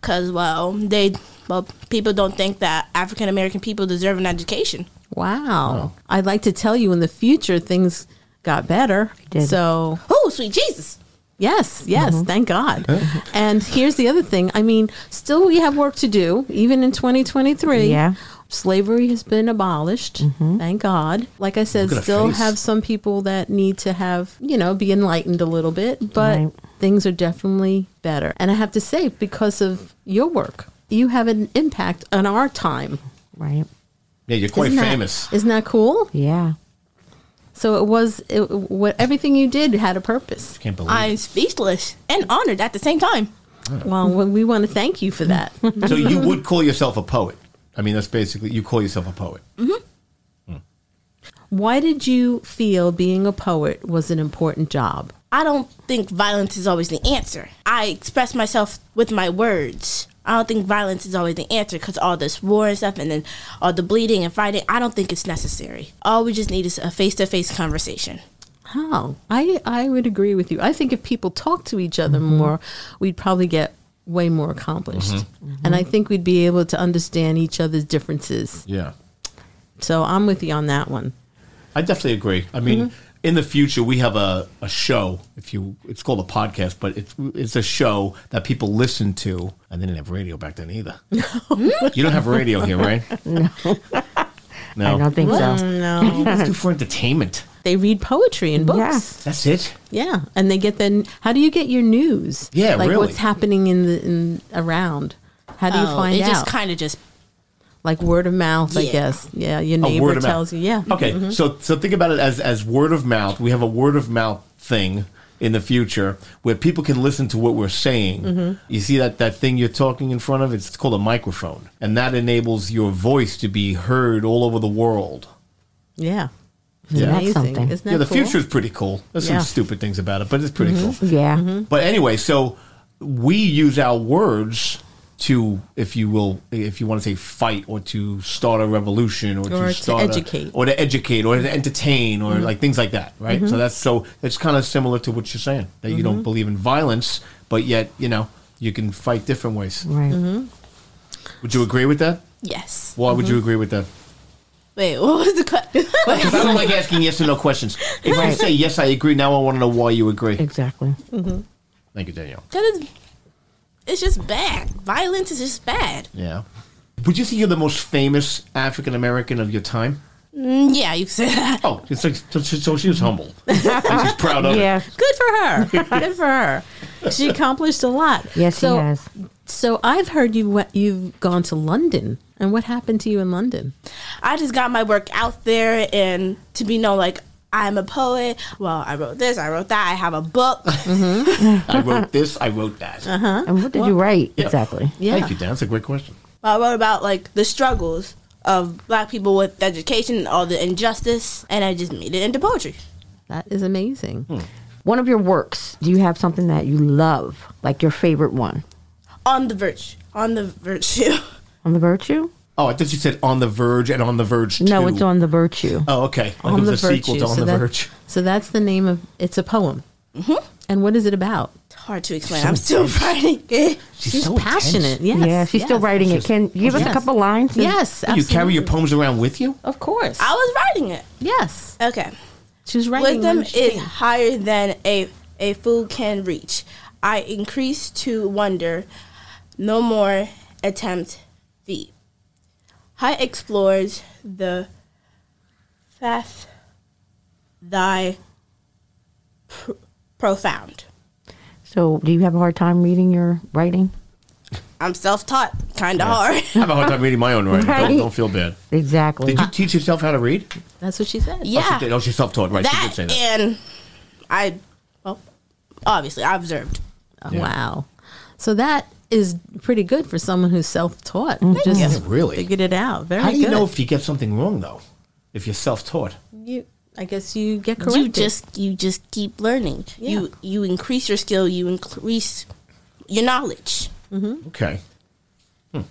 [SPEAKER 8] because well, they well people don't think that African American people deserve an education.
[SPEAKER 4] wow. I'd like to tell you in the future things got better.
[SPEAKER 6] did. Mm-hmm.
[SPEAKER 4] So
[SPEAKER 8] Oh, sweet Jesus!
[SPEAKER 4] Yes, yes, thank God. and here's the other thing. I mean, still we have work to do, even in 2023.
[SPEAKER 6] Yeah. Mm-hmm.
[SPEAKER 4] Slavery has been abolished, thank God. Like I said,
[SPEAKER 5] Look at her
[SPEAKER 4] still
[SPEAKER 5] face.
[SPEAKER 4] have some people that need to have, you know, be enlightened a little bit, but
[SPEAKER 6] Right.
[SPEAKER 4] things are definitely better. And I have to say, because of your work, you have an impact on our time.
[SPEAKER 6] Right.
[SPEAKER 5] Yeah, you're quite
[SPEAKER 4] Isn't that-
[SPEAKER 5] famous.
[SPEAKER 4] isn't that cool?
[SPEAKER 6] Yeah.
[SPEAKER 4] So it was, it, what everything you did had a purpose.
[SPEAKER 5] Can't believe
[SPEAKER 8] I'm speechless and honored at the same time.
[SPEAKER 4] Well, we- we want to thank you for that.
[SPEAKER 5] it. [LAUGHS] So you would call yourself a poet. I mean, that's basically you call yourself a poet.
[SPEAKER 4] [LAUGHS] Why did you feel being a poet was an important job?
[SPEAKER 8] I don't think violence is always the answer. I express myself with my words. I don't think violence is always the answer because all this war and stuff, and then all the bleeding and fighting. I don't think it's necessary. All we just need is a face-to-face conversation.
[SPEAKER 4] How? I, I would agree with you. I think if people talked to each other
[SPEAKER 5] Mm-hmm.
[SPEAKER 4] more, we'd probably get way more accomplished.
[SPEAKER 5] Mm-hmm.
[SPEAKER 8] Mm-hmm.
[SPEAKER 4] And I think we'd be able to understand each other's differences.
[SPEAKER 5] Yeah,
[SPEAKER 4] So I'm with you on that one.
[SPEAKER 5] I definitely agree. I mean,
[SPEAKER 4] Mm-hmm.
[SPEAKER 5] in the future we have a, a show. If you, it's called a podcast, but it's it's a show that people listen to. And they didn't have radio back then either. you don't have radio here, right?
[SPEAKER 4] [LAUGHS]
[SPEAKER 5] No. No.
[SPEAKER 6] I don't think so. [LAUGHS]
[SPEAKER 4] No.
[SPEAKER 5] Let's do for entertainment.
[SPEAKER 4] they read poetry and books.
[SPEAKER 5] That's it.
[SPEAKER 4] Yeah. And they get then how do you get your news?
[SPEAKER 5] Yeah,
[SPEAKER 4] Like
[SPEAKER 5] really.
[SPEAKER 4] what's happening in the in around. How do you
[SPEAKER 8] Oh,
[SPEAKER 4] find
[SPEAKER 8] it
[SPEAKER 4] out?
[SPEAKER 8] just kind of just
[SPEAKER 4] like word of mouth, I
[SPEAKER 8] Yeah.
[SPEAKER 4] guess. Yeah, your
[SPEAKER 5] A
[SPEAKER 4] neighbor
[SPEAKER 5] Oh, word of
[SPEAKER 4] tells
[SPEAKER 5] mouth.
[SPEAKER 4] you. Yeah. Mm-hmm.
[SPEAKER 5] Okay. So so think about it as as word of mouth. We have a word of mouth thing in the future where people can listen to what we're saying.
[SPEAKER 4] Mm-hmm.
[SPEAKER 5] You see that that thing you're talking in front of? It's called a microphone, and that enables your voice to be heard all over the world.
[SPEAKER 4] Yeah.
[SPEAKER 5] Yeah.
[SPEAKER 6] That's
[SPEAKER 4] Amazing.
[SPEAKER 6] something.
[SPEAKER 4] Isn't that
[SPEAKER 5] yeah, the
[SPEAKER 4] cool?
[SPEAKER 5] future is pretty cool. There's
[SPEAKER 4] Yeah. Mm-hmm.
[SPEAKER 5] some stupid things about it, but it's
[SPEAKER 6] Mm-hmm.
[SPEAKER 5] pretty cool.
[SPEAKER 6] Yeah.
[SPEAKER 5] But anyway, so we use our words to, if you will, if you want to say fight or to start a revolution or,
[SPEAKER 4] Or
[SPEAKER 5] to
[SPEAKER 4] to
[SPEAKER 5] start a-
[SPEAKER 4] educate.
[SPEAKER 5] or to educate or to entertain or like things like that, right? So that's so it's kind of similar to what you're saying that you don't believe in violence, but yet you know you can fight different ways.
[SPEAKER 6] Right.
[SPEAKER 4] Mm-hmm.
[SPEAKER 5] Would you agree with that?
[SPEAKER 8] yes.
[SPEAKER 5] Why would you agree with that?
[SPEAKER 8] Wait, [LAUGHS] what was the question?
[SPEAKER 5] Because I don't like asking yes or no questions. If I
[SPEAKER 6] Right.
[SPEAKER 5] say yes, I agree. Now I want to know why you agree.
[SPEAKER 6] Exactly.
[SPEAKER 4] Mm-hmm.
[SPEAKER 5] Thank you, Danielle.
[SPEAKER 8] Because it's, it's just bad. Violence is just bad.
[SPEAKER 5] Yeah. Would you say you're the most famous African American of your time?
[SPEAKER 8] Mm, yeah, you can say that.
[SPEAKER 5] Oh, it's like, so, so so she was humble. and she's proud of
[SPEAKER 6] Yeah.
[SPEAKER 5] it.
[SPEAKER 4] Good for her. Good for her.
[SPEAKER 5] [LAUGHS]
[SPEAKER 4] She accomplished a lot.
[SPEAKER 6] Yes,
[SPEAKER 4] so,
[SPEAKER 6] he has.
[SPEAKER 4] So I've heard you went, you've gone to London. And what happened to you in London?
[SPEAKER 8] I just got my work out there and to be known like I'm a poet. Well, I wrote this, I wrote that, I have a book.
[SPEAKER 4] Mm-hmm.
[SPEAKER 5] I wrote this. I wrote that.
[SPEAKER 6] Uh-huh. And what did you write exactly?
[SPEAKER 4] Yeah.
[SPEAKER 5] Thank you, Dan. That's a great question.
[SPEAKER 8] I wrote about like the struggles of black people with education and all the injustice, and I just made it into poetry.
[SPEAKER 4] That is amazing.
[SPEAKER 6] Hmm. One of your works. Do you have something that you love, like your favorite one
[SPEAKER 8] On the verge, [LAUGHS] on the virtue.
[SPEAKER 6] on the virtue?
[SPEAKER 5] Oh, I thought you said on the verge and on the verge.
[SPEAKER 6] No,
[SPEAKER 5] Two.
[SPEAKER 6] it's on the virtue.
[SPEAKER 5] Oh, okay. Like
[SPEAKER 4] On
[SPEAKER 5] it
[SPEAKER 4] the
[SPEAKER 5] was a
[SPEAKER 4] Virtue.
[SPEAKER 5] sequel to On
[SPEAKER 4] so
[SPEAKER 5] the
[SPEAKER 4] that-
[SPEAKER 5] Verge.
[SPEAKER 4] So that's the name of it's a poem. And what is it about?
[SPEAKER 8] Mm-hmm. Hard to explain. I'm still writing it.
[SPEAKER 5] She's,
[SPEAKER 4] She's
[SPEAKER 5] so intense.
[SPEAKER 4] passionate. Yes.
[SPEAKER 6] yeah, she's still
[SPEAKER 4] yes.
[SPEAKER 6] writing it. Can you give us
[SPEAKER 4] Yes.
[SPEAKER 6] a couple lines? and-
[SPEAKER 4] Yes.
[SPEAKER 5] You carry your
[SPEAKER 4] absolutely.
[SPEAKER 5] poems around with you?
[SPEAKER 4] Of course.
[SPEAKER 8] I was writing it.
[SPEAKER 4] yes.
[SPEAKER 8] Okay.
[SPEAKER 4] She's writing
[SPEAKER 8] Wisdom
[SPEAKER 4] when she
[SPEAKER 8] is
[SPEAKER 4] can.
[SPEAKER 8] higher than a a fool can reach. I increase to wonder, no more attempt thee. Height explores the fath thy pr- profound.
[SPEAKER 6] So, do you have a hard time reading your writing?
[SPEAKER 8] I'm self taught, kind of
[SPEAKER 5] I
[SPEAKER 8] hard.
[SPEAKER 5] have
[SPEAKER 8] [LAUGHS]
[SPEAKER 5] a hard time reading my own writing.
[SPEAKER 6] Right.
[SPEAKER 5] Don't, don't feel bad.
[SPEAKER 6] Exactly.
[SPEAKER 5] Did you teach yourself how to read? Oh,
[SPEAKER 4] That's what she said.
[SPEAKER 5] She
[SPEAKER 8] yeah,
[SPEAKER 5] did. Oh, she's self taught, right? she
[SPEAKER 8] that,
[SPEAKER 5] did say that.
[SPEAKER 8] and I well, obviously I observed.
[SPEAKER 4] Oh,
[SPEAKER 5] Yeah.
[SPEAKER 4] Wow. So that is pretty good for someone who's self-taught. who Just
[SPEAKER 5] Mm-hmm. Yeah, really?
[SPEAKER 4] figured it out. Very
[SPEAKER 5] How do you
[SPEAKER 4] good.
[SPEAKER 5] know if you get something wrong, though? If you're self taught?
[SPEAKER 4] You- I guess you get corrected.
[SPEAKER 8] You just you just keep learning. You you increase your skill. You increase your knowledge.
[SPEAKER 4] Mm-hmm.
[SPEAKER 5] Okay. Hmm.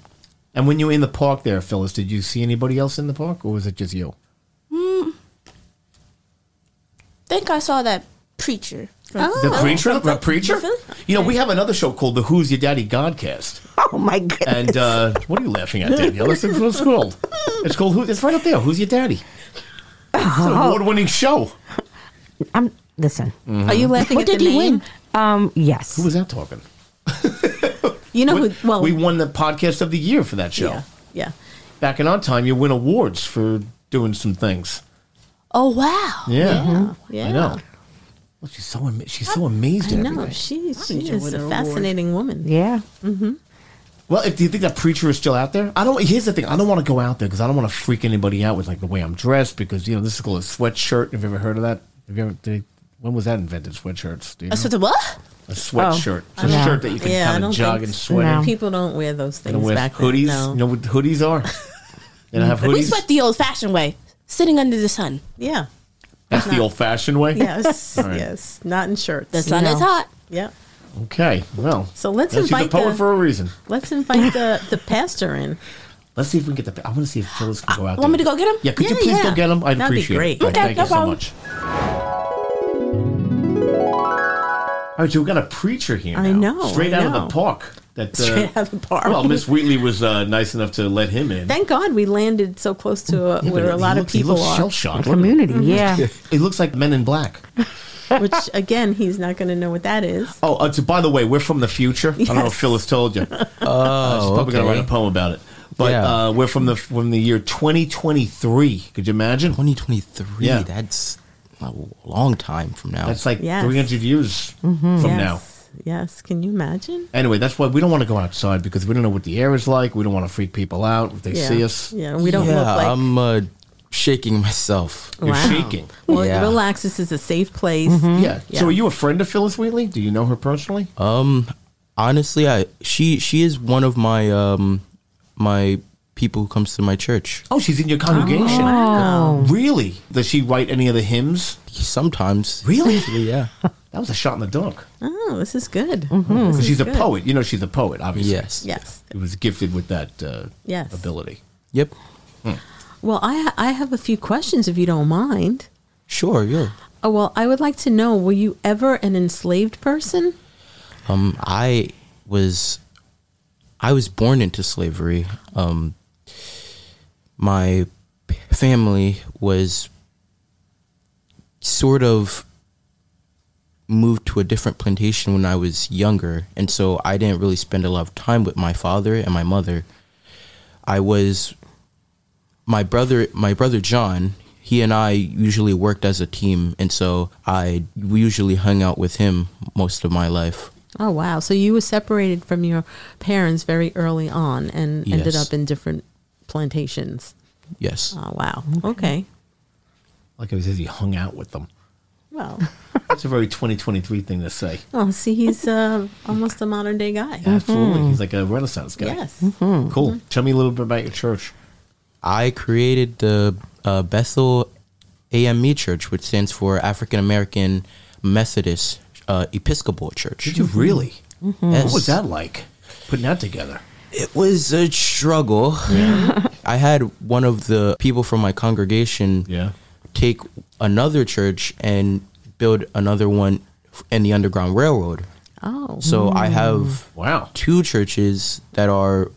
[SPEAKER 5] And when you were in the park there, Phyllis, did you see anybody else in the park or was it just you?
[SPEAKER 8] Hmm. Think I saw that preacher. From
[SPEAKER 6] Oh,
[SPEAKER 5] The
[SPEAKER 4] Oh.
[SPEAKER 5] preacher? The preacher?
[SPEAKER 8] Philly?
[SPEAKER 5] You know, we have another show called the Who's Your Daddy Godcast.
[SPEAKER 6] oh my goodness.
[SPEAKER 5] And uh, what are you laughing at, Danielle? That's what it's called. It's called Who? It's right up there. Who's your daddy? It's an award-winning show.
[SPEAKER 6] Oh.
[SPEAKER 5] Mm-hmm.
[SPEAKER 6] I'm listen.
[SPEAKER 4] Are you laughing
[SPEAKER 6] What did
[SPEAKER 4] at the
[SPEAKER 6] he
[SPEAKER 4] name?
[SPEAKER 6] win? Um, yes.
[SPEAKER 5] Who was that talking?
[SPEAKER 4] You know who? Well,
[SPEAKER 5] we won the podcast of the year for that show.
[SPEAKER 4] yeah, yeah.
[SPEAKER 5] Back in our time, you win awards for doing some things.
[SPEAKER 8] Oh wow!
[SPEAKER 5] Yeah,
[SPEAKER 4] Yeah.
[SPEAKER 5] I know. Well, she's so ama- she's so amazed
[SPEAKER 4] I
[SPEAKER 5] at
[SPEAKER 4] know
[SPEAKER 5] everything.
[SPEAKER 4] she, she is a fascinating woman. Mm-hmm.
[SPEAKER 6] yeah.
[SPEAKER 5] Well, if do you think that preacher is still out there, I don't. Here's the thing: I don't want to go out there because I don't want to freak anybody out with like the way I'm dressed because you know this is called a sweatshirt. Have you ever heard of that? Have you ever? Did, when was that invented? Sweatshirts? Do you know?
[SPEAKER 8] I said the what?
[SPEAKER 5] A sweatshirt. It's
[SPEAKER 6] I
[SPEAKER 5] a
[SPEAKER 6] don't-
[SPEAKER 5] shirt that you can
[SPEAKER 4] Oh. Yeah, I
[SPEAKER 5] kind
[SPEAKER 4] don't
[SPEAKER 5] of jog
[SPEAKER 4] think
[SPEAKER 5] and
[SPEAKER 4] so.
[SPEAKER 5] sweat
[SPEAKER 6] No.
[SPEAKER 5] in.
[SPEAKER 4] People don't wear those things
[SPEAKER 5] And with
[SPEAKER 4] back
[SPEAKER 5] hoodies.
[SPEAKER 4] then. No.
[SPEAKER 5] You know what hoodies are? You don't have
[SPEAKER 8] We
[SPEAKER 5] hoodies?
[SPEAKER 8] sweat the old-fashioned way, sitting under the sun.
[SPEAKER 4] Yeah.
[SPEAKER 5] That's the old fashioned way.
[SPEAKER 4] Yes.
[SPEAKER 5] right.
[SPEAKER 4] Yes. Not in shirts.
[SPEAKER 8] The sun is hot.
[SPEAKER 4] yeah.
[SPEAKER 5] Okay. Well.
[SPEAKER 4] So let's
[SPEAKER 5] now she's
[SPEAKER 4] invite
[SPEAKER 5] a poet
[SPEAKER 4] the-
[SPEAKER 5] for a reason.
[SPEAKER 4] Let's invite the, the pastor in.
[SPEAKER 5] Let's see if we can get the. I want to see if Phyllis
[SPEAKER 4] Uh,
[SPEAKER 5] can go out.
[SPEAKER 8] Want me to
[SPEAKER 5] there.
[SPEAKER 8] go get him?
[SPEAKER 5] Yeah. Could you
[SPEAKER 4] Yeah,
[SPEAKER 5] please
[SPEAKER 4] yeah.
[SPEAKER 5] go get him? I'd
[SPEAKER 4] That'd be
[SPEAKER 5] appreciate
[SPEAKER 4] great.
[SPEAKER 5] it. All right,
[SPEAKER 8] Okay,
[SPEAKER 5] Thank
[SPEAKER 8] no
[SPEAKER 5] you
[SPEAKER 8] problem.
[SPEAKER 5] so much. All right, so we've got a preacher here.
[SPEAKER 4] I
[SPEAKER 5] now,
[SPEAKER 4] know,
[SPEAKER 5] Straight
[SPEAKER 4] I
[SPEAKER 5] out
[SPEAKER 4] know.
[SPEAKER 5] of the park. That, uh,
[SPEAKER 4] Straight out of the park.
[SPEAKER 5] Well, Miss Wheatley was uh, nice enough to let him in.
[SPEAKER 4] Thank God we landed so close to uh, where a
[SPEAKER 5] He
[SPEAKER 4] lot of
[SPEAKER 5] looks- he
[SPEAKER 4] people
[SPEAKER 5] looks
[SPEAKER 4] are,
[SPEAKER 5] shell-shocked.
[SPEAKER 6] Community. Yeah.
[SPEAKER 5] It looks like Men in Black.
[SPEAKER 4] [LAUGHS] which again he's not going to know what that is.
[SPEAKER 5] Oh, uh, so by the way, we're from the future. I don't know if
[SPEAKER 4] Yes.
[SPEAKER 5] Phyllis
[SPEAKER 10] [LAUGHS]
[SPEAKER 5] told you. Oh, she's probably gonna
[SPEAKER 10] okay.
[SPEAKER 5] write a poem about it. But
[SPEAKER 10] Yeah.
[SPEAKER 5] uh, we're from the from the year 2023. Could you imagine?
[SPEAKER 10] 2023.
[SPEAKER 5] Yeah.
[SPEAKER 10] That's a long time from now.
[SPEAKER 5] That's like
[SPEAKER 4] Yes. Mm-hmm.
[SPEAKER 5] 300 years from now.
[SPEAKER 4] yes. Yes. Can you imagine?
[SPEAKER 5] Anyway, that's why we don't want to go outside because we don't know what the air is like. We don't want to freak people out if they
[SPEAKER 4] yeah.
[SPEAKER 5] see us.
[SPEAKER 4] Yeah. We don't
[SPEAKER 10] yeah,
[SPEAKER 4] look like.
[SPEAKER 10] I'm uh, shaking myself.
[SPEAKER 5] You're
[SPEAKER 4] Wow.
[SPEAKER 5] shaking.
[SPEAKER 4] well,
[SPEAKER 10] Yeah.
[SPEAKER 4] relax. This is a safe place.
[SPEAKER 5] Mm-hmm. Yeah.
[SPEAKER 4] Yeah.
[SPEAKER 5] [LAUGHS] So, are you a friend of Phyllis Wheatley? Do you know her personally?
[SPEAKER 10] Um, Honestly, I she she is one of my um my people who comes to my church.
[SPEAKER 5] oh, she's in your congregation.
[SPEAKER 4] Oh.
[SPEAKER 5] Really? Does she write any of the hymns?
[SPEAKER 10] Sometimes.
[SPEAKER 5] Really?
[SPEAKER 10] Actually, yeah.
[SPEAKER 5] That was a shot in the dark.
[SPEAKER 4] Oh, this is good.
[SPEAKER 5] Mm-hmm. 'Cause she's a
[SPEAKER 4] good.
[SPEAKER 5] poet. You know, she's a poet, obviously.
[SPEAKER 10] Yes.
[SPEAKER 4] Yes.
[SPEAKER 5] She was gifted with that uh,
[SPEAKER 4] Yes.
[SPEAKER 5] ability. Hmm.
[SPEAKER 10] Yep.
[SPEAKER 4] Well, I I have a few questions if you don't mind.
[SPEAKER 10] Sure. Yeah.
[SPEAKER 4] Oh, well, I would like to know: Were you ever an enslaved person?
[SPEAKER 10] Um, I was, I was born into slavery. Um, my p- family was sort of moved to a different plantation when I was younger, and so I didn't really spend a lot of time with my father and my mother. I was my brother my brother John he and I usually worked as a team and so I usually hung out with him most of my life
[SPEAKER 4] Oh wow! So you were separated from your parents very early on and ended
[SPEAKER 10] Yes.
[SPEAKER 4] up in different plantations.
[SPEAKER 10] yes
[SPEAKER 4] Oh wow! Okay.
[SPEAKER 5] Like I says, he hung out with them.
[SPEAKER 4] Well,
[SPEAKER 5] [LAUGHS] That's a very 2023 thing to say.
[SPEAKER 4] well, Oh, see, he's uh, almost a modern day guy. Hmm.
[SPEAKER 5] Absolutely. He's like a Renaissance guy.
[SPEAKER 4] Mm-hmm. Yes.
[SPEAKER 10] Mm-hmm.
[SPEAKER 4] Mm-hmm.
[SPEAKER 5] Cool. Tell me a little bit about your church.
[SPEAKER 10] I created the uh, Bethel AME Church, which stands for African American Methodist uh, Episcopal Church.
[SPEAKER 5] Did you really?
[SPEAKER 10] Mm-hmm. Yes.
[SPEAKER 5] What was that like? Putting that together.
[SPEAKER 10] It was a struggle. [LAUGHS] I had one of the people from my congregation
[SPEAKER 5] Yeah.
[SPEAKER 10] take another church and build another one in the Underground Railroad.
[SPEAKER 4] Oh,
[SPEAKER 10] So I have
[SPEAKER 5] Wow.
[SPEAKER 10] two churches that are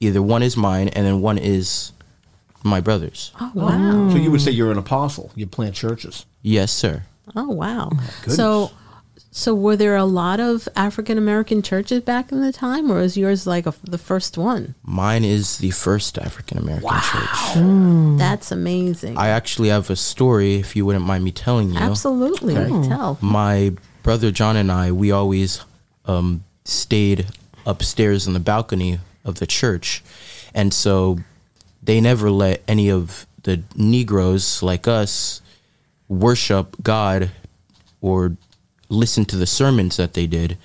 [SPEAKER 10] either one is mine and then one is my brother's.
[SPEAKER 4] oh wow.
[SPEAKER 5] So you would say you're an apostle. You plant churches.
[SPEAKER 10] Yes, sir.
[SPEAKER 4] Oh wow. So so were there a lot of African American churches back in the time or was yours like a, the first one?
[SPEAKER 10] Mine is the first African American church.
[SPEAKER 4] That's amazing.
[SPEAKER 10] I actually have a story, if you wouldn't mind me telling you.
[SPEAKER 4] Absolutely. Mm.
[SPEAKER 5] Okay.
[SPEAKER 4] Tell.
[SPEAKER 10] My brother John and I, we always um, stayed upstairs in the balcony of the church. And so they never let any of the Negroes like us worship God or listen to the sermons that they did.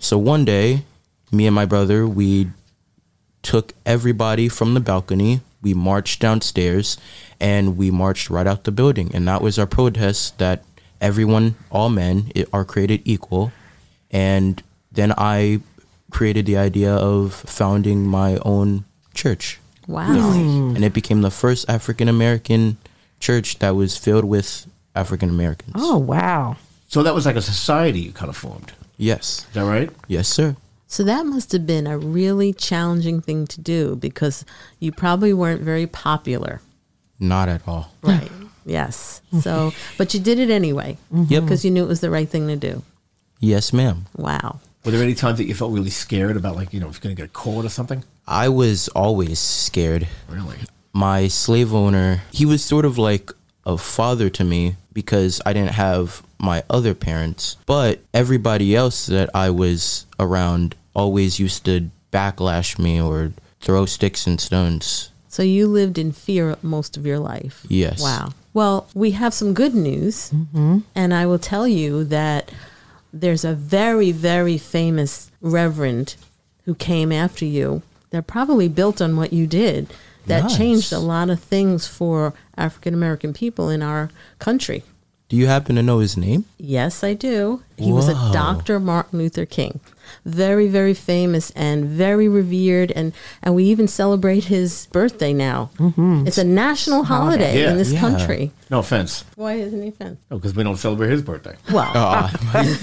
[SPEAKER 10] So one day, me and my brother, we took everybody from the balcony. We marched downstairs and we marched right out the building. And that was our protest that everyone, all men, i- are created equal. And then I created the idea of founding my own church.
[SPEAKER 4] Wow.
[SPEAKER 10] And it became the first African American church that was filled with African Americans.
[SPEAKER 6] Oh wow.
[SPEAKER 5] So that was like a society you kind of formed.
[SPEAKER 10] Yes.
[SPEAKER 5] Is that right?
[SPEAKER 10] Yes, sir.
[SPEAKER 4] So that must have been a really challenging thing to do because you probably weren't very popular.
[SPEAKER 10] Not at all.
[SPEAKER 4] Right. yes.
[SPEAKER 5] [LAUGHS]
[SPEAKER 4] So, but you did it anyway.
[SPEAKER 5] Mm-hmm.
[SPEAKER 10] Yep.
[SPEAKER 4] Because you knew it was the right thing to do.
[SPEAKER 10] Yes, ma'am.
[SPEAKER 4] Wow.
[SPEAKER 5] Were there any times that you felt really scared about, like, you know, if you're going to get caught or something?
[SPEAKER 10] I was always scared.
[SPEAKER 5] Really?
[SPEAKER 10] my slave owner, he was sort of like a father to me because I didn't have my other parents. But everybody else that I was around always used to backlash me or throw sticks and stones.
[SPEAKER 4] So you lived in fear most of your life.
[SPEAKER 10] Yes. Mm-hmm.
[SPEAKER 4] Wow. Well, we have some good news, and I will tell you that there's a very, very famous reverend who came after you that probably built on what you did. That
[SPEAKER 10] Nice.
[SPEAKER 4] changed a lot of things for African American people in our country.
[SPEAKER 10] Do you happen to know his name?
[SPEAKER 4] Yes, I do. He was a
[SPEAKER 10] Whoa.
[SPEAKER 4] doctor, Martin Luther King. Very, very famous and very revered. And, and we even celebrate his birthday now. It's a national holiday,
[SPEAKER 5] Yeah,
[SPEAKER 4] in this
[SPEAKER 10] Mm-hmm. yeah.
[SPEAKER 4] country.
[SPEAKER 5] No offense.
[SPEAKER 4] Why isn't he fun?
[SPEAKER 5] No, because Oh, we don't celebrate his birthday.
[SPEAKER 4] Well,
[SPEAKER 10] Ah.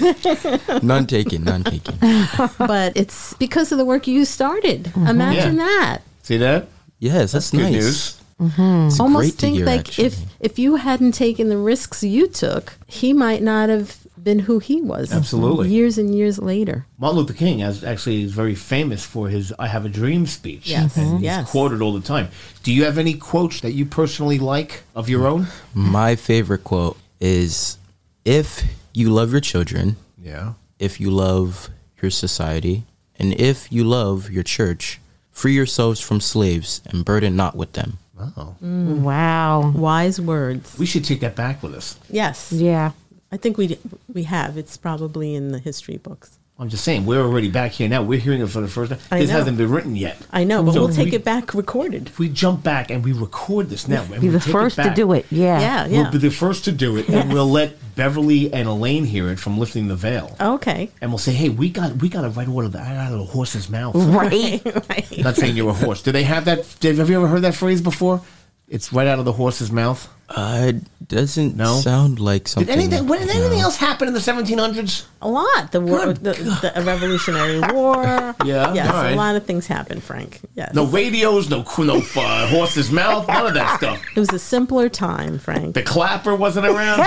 [SPEAKER 10] None taken, none taken.
[SPEAKER 4] [LAUGHS] but it's because of the work you started.
[SPEAKER 10] Mm-hmm.
[SPEAKER 4] Imagine
[SPEAKER 5] Yeah.
[SPEAKER 4] that.
[SPEAKER 5] See that?
[SPEAKER 10] Yes, that's,
[SPEAKER 5] Good
[SPEAKER 10] nice.
[SPEAKER 5] news.
[SPEAKER 10] It's
[SPEAKER 4] Almost
[SPEAKER 10] great to
[SPEAKER 4] think
[SPEAKER 10] hear,
[SPEAKER 4] like
[SPEAKER 10] actually.
[SPEAKER 4] if if you hadn't taken the risks you took, he might not have been who he was.
[SPEAKER 5] Absolutely.
[SPEAKER 4] Years and years later.
[SPEAKER 5] Martin Luther King has actually is very famous for his "I Have a Dream" speech.
[SPEAKER 4] Yes.
[SPEAKER 5] and he's
[SPEAKER 4] Yes.
[SPEAKER 5] quoted all the time. Do you have any quotes that you personally like of your own?
[SPEAKER 10] my favorite quote is if you love your children,
[SPEAKER 5] Yeah.
[SPEAKER 10] if you love your society, and if you love your church, free yourselves from slaves and burden not with
[SPEAKER 5] [LAUGHS]
[SPEAKER 10] them.
[SPEAKER 5] Oh,
[SPEAKER 4] Mm.
[SPEAKER 6] Wow.
[SPEAKER 4] Wise words.
[SPEAKER 5] we should take that back with us.
[SPEAKER 4] Yes.
[SPEAKER 6] Yeah.
[SPEAKER 4] I think we we have. It's probably in the history books.
[SPEAKER 5] I'm just saying, we're already back here now. We're hearing it for the first time.
[SPEAKER 4] I
[SPEAKER 5] this
[SPEAKER 4] know.
[SPEAKER 5] hasn't been written yet.
[SPEAKER 4] I know, but
[SPEAKER 5] So
[SPEAKER 4] we'll take
[SPEAKER 5] we-
[SPEAKER 4] it back recorded.
[SPEAKER 5] If we jump back and we record this now, and
[SPEAKER 6] Be
[SPEAKER 5] we
[SPEAKER 6] the
[SPEAKER 5] take
[SPEAKER 6] first to
[SPEAKER 5] back,
[SPEAKER 6] do it. Yeah.
[SPEAKER 4] Yeah,
[SPEAKER 5] We'll
[SPEAKER 4] yeah.
[SPEAKER 5] be the first to do it, and we'll let Beverly and Elaine hear it from lifting the veil,
[SPEAKER 4] Okay.
[SPEAKER 5] and we'll say, "Hey, we got we got to write one of the out of the horse's mouth."
[SPEAKER 6] Right.
[SPEAKER 4] [LAUGHS] Right.
[SPEAKER 5] [LAUGHS] Not saying you're a horse. Do they have that? Did, have you ever heard that phrase before? It's right out of the horse's mouth.
[SPEAKER 10] Uh, it doesn't
[SPEAKER 5] No?
[SPEAKER 10] sound like something.
[SPEAKER 5] Did anything?
[SPEAKER 10] that-
[SPEAKER 5] What, did anything
[SPEAKER 10] no.
[SPEAKER 5] else happen in the 1700s?
[SPEAKER 4] A lot. The war, the, the Revolutionary War.
[SPEAKER 5] [LAUGHS] Yeah,
[SPEAKER 4] Yes.
[SPEAKER 5] all right.
[SPEAKER 4] A lot of things happened, Frank. Yes.
[SPEAKER 5] No radios, no no uh, horse's mouth, none of that stuff.
[SPEAKER 4] It was a simpler time, Frank.
[SPEAKER 5] The clapper wasn't around.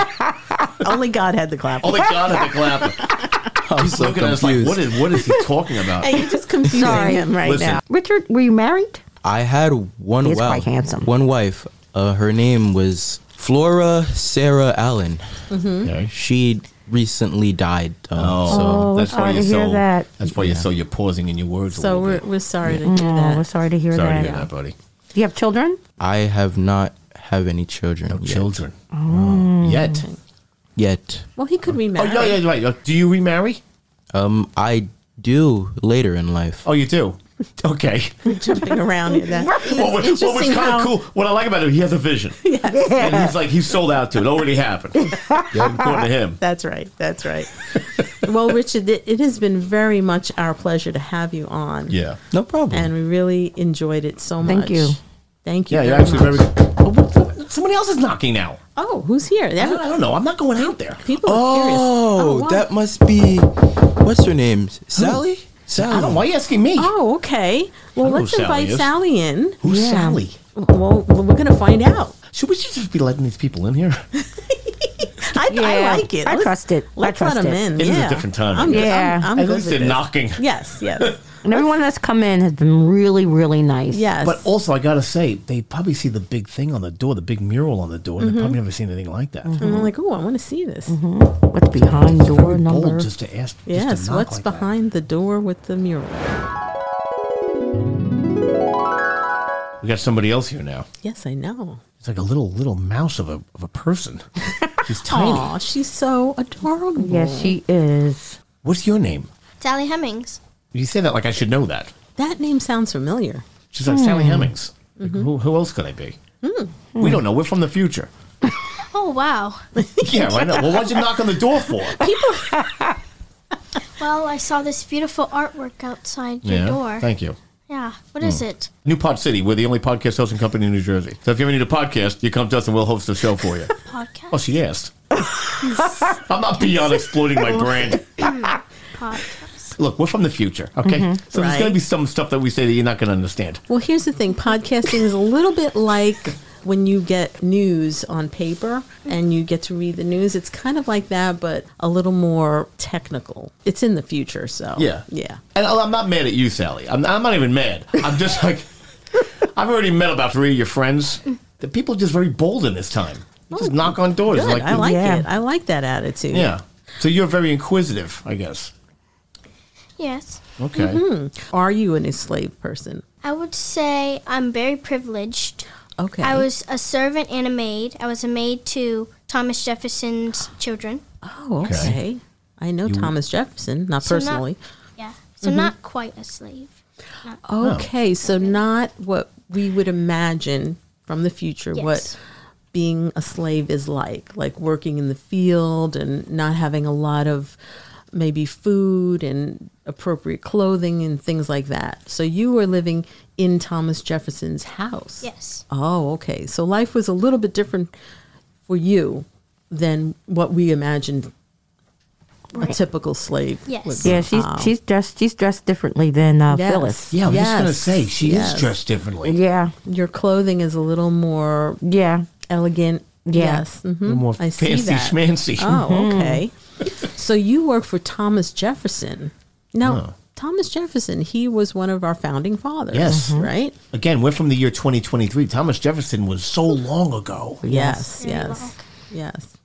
[SPEAKER 4] [LAUGHS] Only God had the clap.
[SPEAKER 5] Only God had the
[SPEAKER 4] [LAUGHS]
[SPEAKER 5] clapper.
[SPEAKER 10] I'm so
[SPEAKER 5] Looking at us like,
[SPEAKER 10] confused.
[SPEAKER 5] what is what is he talking about?
[SPEAKER 4] Hey, you're just confusing
[SPEAKER 6] Sorry.
[SPEAKER 4] him right
[SPEAKER 5] Listen,
[SPEAKER 4] now.
[SPEAKER 6] Richard, were you married?
[SPEAKER 10] I had one.
[SPEAKER 6] He's
[SPEAKER 10] wow,
[SPEAKER 6] quite handsome.
[SPEAKER 10] One wife. Uh, her name was Flora Sarah Allen.
[SPEAKER 4] [LAUGHS] Mm-hmm.
[SPEAKER 5] Okay.
[SPEAKER 10] She recently died. Um,
[SPEAKER 6] Oh,
[SPEAKER 5] that's
[SPEAKER 6] we're
[SPEAKER 5] why
[SPEAKER 6] sorry
[SPEAKER 5] you're
[SPEAKER 6] to hear
[SPEAKER 5] so.
[SPEAKER 6] that.
[SPEAKER 5] That's why you're so. You're pausing in your words.
[SPEAKER 4] So
[SPEAKER 5] a little
[SPEAKER 4] we're
[SPEAKER 5] bit.
[SPEAKER 4] we're sorry to hear
[SPEAKER 6] Oh, we're
[SPEAKER 4] that.
[SPEAKER 6] sorry to hear
[SPEAKER 5] sorry to
[SPEAKER 6] that.
[SPEAKER 5] hear that, buddy.
[SPEAKER 6] Do you have children?
[SPEAKER 10] I have not have any children.
[SPEAKER 5] No
[SPEAKER 10] yet.
[SPEAKER 5] children
[SPEAKER 6] Mm.
[SPEAKER 5] yet.
[SPEAKER 10] Yet.
[SPEAKER 4] Well, he could
[SPEAKER 5] Oh
[SPEAKER 4] remarry.
[SPEAKER 5] yeah, yeah, right. Uh, Do you remarry?
[SPEAKER 10] Um, I do later in life.
[SPEAKER 5] Oh,
[SPEAKER 10] [LAUGHS]
[SPEAKER 5] you do. Okay.
[SPEAKER 4] Jumping around here. That.
[SPEAKER 5] What was, what was
[SPEAKER 4] interesting
[SPEAKER 5] kind of
[SPEAKER 4] how- [LAUGHS]
[SPEAKER 5] cool? What I like about him, he has a vision. And he's like, he's sold out to it. Already happened. According to him.
[SPEAKER 4] That's right. That's right. well, Richard, it, it has been very much our pleasure to have you on.
[SPEAKER 5] Yeah.
[SPEAKER 10] No problem.
[SPEAKER 4] And we really enjoyed it so
[SPEAKER 6] Thank
[SPEAKER 4] much.
[SPEAKER 6] you.
[SPEAKER 4] Thank you.
[SPEAKER 5] Yeah, you're
[SPEAKER 4] very
[SPEAKER 5] actually very
[SPEAKER 4] much.
[SPEAKER 5] Oh, what- Somebody else is knocking now.
[SPEAKER 4] Oh, who's here?
[SPEAKER 5] I don't,
[SPEAKER 4] Every-
[SPEAKER 5] I don't know. I'm not going out there.
[SPEAKER 4] people are curious.
[SPEAKER 10] Oh,
[SPEAKER 4] wow.
[SPEAKER 10] that must be what's her name?
[SPEAKER 4] [LAUGHS]
[SPEAKER 10] Sally? Sally.
[SPEAKER 5] I don't. Why are you asking me?
[SPEAKER 4] Oh, okay. Well,
[SPEAKER 5] know
[SPEAKER 4] let's
[SPEAKER 5] who Sally
[SPEAKER 4] invite
[SPEAKER 5] is.
[SPEAKER 4] Sally in.
[SPEAKER 5] Who's Sally?
[SPEAKER 4] Well, we're going to find out.
[SPEAKER 5] Should we just be letting these people in here?
[SPEAKER 4] I,
[SPEAKER 6] Yeah,
[SPEAKER 4] I like it.
[SPEAKER 6] I
[SPEAKER 4] Let's-
[SPEAKER 6] trust it. I
[SPEAKER 4] Let's
[SPEAKER 6] trust
[SPEAKER 4] let him
[SPEAKER 6] it.
[SPEAKER 4] in.
[SPEAKER 5] It is a
[SPEAKER 4] yeah.
[SPEAKER 5] different time.
[SPEAKER 4] I'm,
[SPEAKER 6] Yeah.
[SPEAKER 4] I'm, I'm
[SPEAKER 5] At
[SPEAKER 4] good
[SPEAKER 5] least
[SPEAKER 4] with
[SPEAKER 5] they're
[SPEAKER 4] this.
[SPEAKER 5] knocking.
[SPEAKER 6] [LAUGHS]
[SPEAKER 4] Yes, yes,
[SPEAKER 6] And everyone that's come in has been really, really nice.
[SPEAKER 4] yes.
[SPEAKER 5] But also, I gotta say, they probably see the big thing on the door, the big mural on the door, and they've probably never seen anything like that.
[SPEAKER 4] I'm Mm-hmm. like, oh, I want to see this.
[SPEAKER 6] Mm-hmm. What's behind door
[SPEAKER 5] Very
[SPEAKER 6] number?
[SPEAKER 5] bold just to ask. just to
[SPEAKER 4] Yes,
[SPEAKER 5] knock
[SPEAKER 4] what's
[SPEAKER 5] like that.
[SPEAKER 4] behind the door with the mural?
[SPEAKER 5] We got somebody else here now.
[SPEAKER 4] Yes, I know.
[SPEAKER 5] It's like a little little mouse of a of
[SPEAKER 4] [LAUGHS]
[SPEAKER 5] a person. She's tiny.
[SPEAKER 4] Aw, she's so adorable.
[SPEAKER 6] yes, she is.
[SPEAKER 5] What's your name?
[SPEAKER 7] Sally Hemmings.
[SPEAKER 5] You say that like I should know that.
[SPEAKER 4] That name sounds familiar.
[SPEAKER 5] She's like
[SPEAKER 6] Hmm.
[SPEAKER 7] Hmm.
[SPEAKER 5] Sally Hemings. Like,
[SPEAKER 7] Mm-hmm.
[SPEAKER 5] who, who else could I be?
[SPEAKER 4] Hmm.
[SPEAKER 5] We don't know. We're from
[SPEAKER 7] [LAUGHS]
[SPEAKER 5] the future.
[SPEAKER 7] Oh, wow.
[SPEAKER 5] [LAUGHS] yeah, I know. Well, why'd you knock on the door
[SPEAKER 7] [LAUGHS]
[SPEAKER 5] for?
[SPEAKER 7] Well, I saw this beautiful artwork outside your
[SPEAKER 5] yeah.
[SPEAKER 7] door.
[SPEAKER 5] Thank you. Hmm.
[SPEAKER 7] yeah. What is it?
[SPEAKER 5] New Pod City. We're the only podcast hosting company in New Jersey. So if you ever need a podcast, you come to us and we'll host the show
[SPEAKER 7] [LAUGHS]
[SPEAKER 5] for you.
[SPEAKER 7] Podcast?
[SPEAKER 5] Oh, she asked. I'm [LAUGHS]
[SPEAKER 4] [LAUGHS]
[SPEAKER 5] not beyond exploiting my brand.
[SPEAKER 7] Podcast.
[SPEAKER 5] Look, we're from the future, okay? So there's
[SPEAKER 4] Mm-hmm. Right.
[SPEAKER 5] going to be some stuff that we say that you're not going to understand.
[SPEAKER 4] Well, here's the thing podcasting is a little bit like when you get news on paper and you get to read the news. It's kind of like that, but a little more technical. It's in the future, so.
[SPEAKER 5] Yeah.
[SPEAKER 4] Oh, Yeah.
[SPEAKER 5] And I'm not mad at you, Sally. I'm, I'm not even mad. I'm
[SPEAKER 4] [LAUGHS]
[SPEAKER 5] just like, I've already met about three of your friends. The people are just very bold in this time. They just knock on doors.
[SPEAKER 4] Good. I like
[SPEAKER 6] Yeah.
[SPEAKER 4] it. I like that attitude.
[SPEAKER 5] Yeah. So you're very inquisitive, I guess.
[SPEAKER 7] Yes.
[SPEAKER 5] Okay.
[SPEAKER 4] Mm-hmm. Are you an enslaved person?
[SPEAKER 7] I would say I'm very privileged.
[SPEAKER 4] Okay.
[SPEAKER 7] I was a servant and a maid. I was a maid to Thomas Jefferson's children.
[SPEAKER 4] Oh, okay. I know Thomas Jefferson, not
[SPEAKER 7] So not-
[SPEAKER 4] personally. Mm-hmm.
[SPEAKER 7] yeah. So not quite a slave.
[SPEAKER 4] Oh.
[SPEAKER 7] Oh.
[SPEAKER 4] okay, so not what we would imagine from the future
[SPEAKER 7] Yes.
[SPEAKER 4] what being a slave is like, like working in the field and not having a lot of maybe food and appropriate clothing and things like that. So you were living in Thomas Jefferson's house.
[SPEAKER 7] Yes.
[SPEAKER 4] Oh, okay. So life was a little bit different for you than what we imagined a typical slave
[SPEAKER 7] Yes.
[SPEAKER 4] would be.
[SPEAKER 6] Yeah, she's
[SPEAKER 4] Wow.
[SPEAKER 6] she's dressed she's dressed differently than uh, Phyllis.
[SPEAKER 5] Yeah, I was just going to
[SPEAKER 4] Yes.
[SPEAKER 5] say, she
[SPEAKER 4] Yes.
[SPEAKER 5] is dressed differently.
[SPEAKER 6] Yeah,
[SPEAKER 4] Your clothing is a little more
[SPEAKER 6] yeah.
[SPEAKER 4] elegant.
[SPEAKER 6] Yeah.
[SPEAKER 4] Yes. hmm
[SPEAKER 5] A little more
[SPEAKER 4] I see
[SPEAKER 5] fancy
[SPEAKER 4] that.
[SPEAKER 5] schmancy.
[SPEAKER 4] Oh, okay. so you work for Thomas Jefferson. Now,
[SPEAKER 5] Oh.
[SPEAKER 4] Thomas Jefferson, he was one of our founding fathers.
[SPEAKER 5] Yes. Mhm.
[SPEAKER 4] Mm-hmm. Right?
[SPEAKER 5] Again, we're from the year 2023. Thomas Jefferson was so long ago.
[SPEAKER 4] Yes,
[SPEAKER 7] Very
[SPEAKER 4] yes,
[SPEAKER 7] long.
[SPEAKER 4] yes.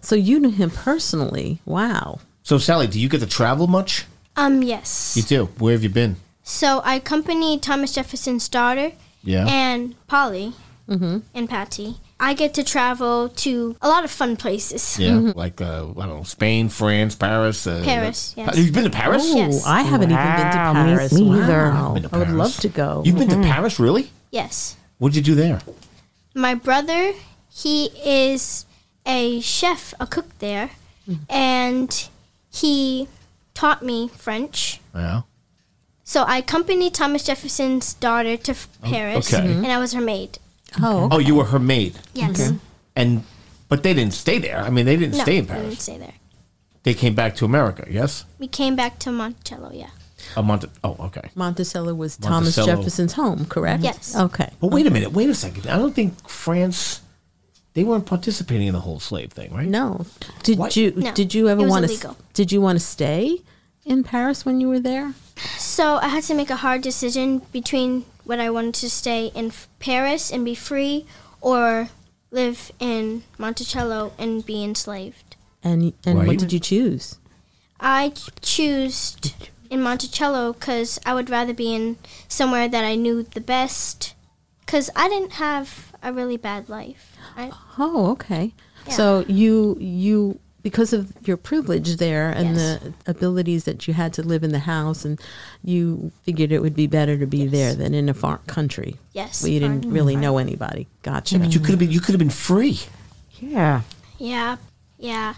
[SPEAKER 4] So you knew him personally. Wow.
[SPEAKER 5] So, Sally, do you get to travel much?
[SPEAKER 7] Um, yes.
[SPEAKER 5] You do. Where have you been?
[SPEAKER 7] So I accompanied Thomas Jefferson's daughter
[SPEAKER 5] Yeah.
[SPEAKER 7] and Polly and Patty. I get to travel to a lot of fun places.
[SPEAKER 5] Yeah, like uh, I don't know, Spain, France, Paris. Uh,
[SPEAKER 7] Mm-hmm. Paris,
[SPEAKER 5] uh,
[SPEAKER 7] yes. Oh,
[SPEAKER 5] You've been to Paris?
[SPEAKER 7] Yes.
[SPEAKER 4] I haven't even been
[SPEAKER 6] Wow, me
[SPEAKER 4] to Paris.
[SPEAKER 6] neither.
[SPEAKER 4] Wow.
[SPEAKER 5] Been to
[SPEAKER 4] I would
[SPEAKER 5] Paris.
[SPEAKER 4] love to go. Mm-hmm.
[SPEAKER 5] You've been to Paris, really?
[SPEAKER 7] Yes.
[SPEAKER 5] What'd you do there?
[SPEAKER 7] My brother, he is a chef, a cook there, and he taught me French.
[SPEAKER 5] Yeah.
[SPEAKER 7] So I accompanied Thomas Jefferson's daughter to f- Paris,
[SPEAKER 5] Oh, okay.
[SPEAKER 7] and I was her maid.
[SPEAKER 4] oh,
[SPEAKER 5] Oh, you were her maid,
[SPEAKER 7] Yes.
[SPEAKER 5] and but they didn't stay there. I mean, they didn't
[SPEAKER 7] No,
[SPEAKER 5] stay in
[SPEAKER 7] we didn't
[SPEAKER 5] Paris.
[SPEAKER 7] stay there.
[SPEAKER 5] They came back to America. Yes,
[SPEAKER 7] We came back to Monticello, yeah.
[SPEAKER 5] a month. Oh, okay.
[SPEAKER 4] Monticello was
[SPEAKER 5] Monticello.
[SPEAKER 4] Thomas Jefferson's home, correct?
[SPEAKER 7] Yes.
[SPEAKER 4] Okay.
[SPEAKER 5] But wait a minute. Wait a second. I don't think France. They weren't participating in the whole slave thing, right?
[SPEAKER 4] No. Did
[SPEAKER 5] What?
[SPEAKER 4] you
[SPEAKER 7] No,
[SPEAKER 4] did you ever
[SPEAKER 7] it was
[SPEAKER 4] want to
[SPEAKER 7] illegal.
[SPEAKER 4] did you want to stay in Paris when you were there?
[SPEAKER 7] So I had to make a hard decision between what I wanted to stay in f- Paris and be free or live in Monticello and be enslaved.
[SPEAKER 4] And and
[SPEAKER 5] Right.
[SPEAKER 4] what did you choose?
[SPEAKER 7] I ch- choose in Monticello because I would rather be in somewhere that I knew the best because I didn't have a really bad life. I,
[SPEAKER 4] Oh, okay. So you you because of your privilege there
[SPEAKER 7] Yes.
[SPEAKER 4] and the abilities that you had to live in the house and you figured it would be better to be there than in a far country.
[SPEAKER 7] Yes,
[SPEAKER 4] Where you didn't
[SPEAKER 7] foreign-
[SPEAKER 4] really know anybody. Gotcha.
[SPEAKER 5] But you could
[SPEAKER 6] [LAUGHS]
[SPEAKER 5] have been you could have been free.
[SPEAKER 6] Yeah.
[SPEAKER 7] yeah, yeah.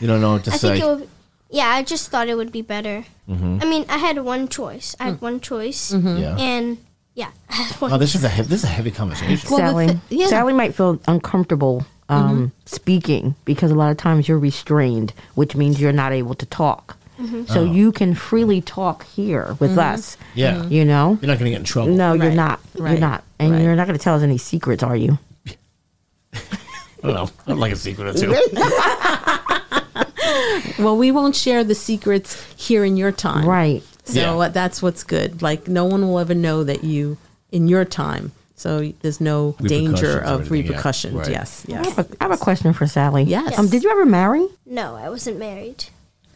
[SPEAKER 5] You don't know what to
[SPEAKER 7] I
[SPEAKER 5] say. Mm-hmm.
[SPEAKER 7] think it would. Yeah, I just thought it would be better. I mean, I had one choice. I
[SPEAKER 4] Mm.
[SPEAKER 7] had one choice,
[SPEAKER 4] Mm-hmm.
[SPEAKER 5] Yeah.
[SPEAKER 7] and yeah, [LAUGHS] I had one
[SPEAKER 5] oh, this is a he- this is a heavy conversation.
[SPEAKER 4] Well, the
[SPEAKER 6] Sally.
[SPEAKER 4] thi- yeah. Mm-hmm.
[SPEAKER 6] Sally might feel uncomfortable um, speaking because a lot of times you're restrained, which means you're not able to talk.
[SPEAKER 7] Mm-hmm.
[SPEAKER 4] Mm-hmm.
[SPEAKER 5] Oh.
[SPEAKER 6] So you can freely talk here with us.
[SPEAKER 5] Yeah.
[SPEAKER 6] You know?
[SPEAKER 5] You're not going to get in trouble.
[SPEAKER 6] No, you're
[SPEAKER 4] Mm-hmm. Right.
[SPEAKER 6] not.
[SPEAKER 4] Right.
[SPEAKER 6] You're not. And
[SPEAKER 4] Right.
[SPEAKER 6] you're not going to tell us any secrets, are you?
[SPEAKER 5] I don't know. I'd like a secret or two.
[SPEAKER 4] [LAUGHS] Well, we won't share the secrets here in your time.
[SPEAKER 6] Right.
[SPEAKER 4] So
[SPEAKER 5] Yeah.
[SPEAKER 4] uh, that's what's good. Like no one will ever know that you in your time. So there's no danger
[SPEAKER 5] Repercussions or
[SPEAKER 4] of
[SPEAKER 5] anything, yeah.
[SPEAKER 4] repercussions.
[SPEAKER 5] Right.
[SPEAKER 4] Yes.
[SPEAKER 6] I
[SPEAKER 4] Yes.
[SPEAKER 6] have, a, I have a question for Sally.
[SPEAKER 4] Yes.
[SPEAKER 6] Um, did you ever marry?
[SPEAKER 7] No, I wasn't married.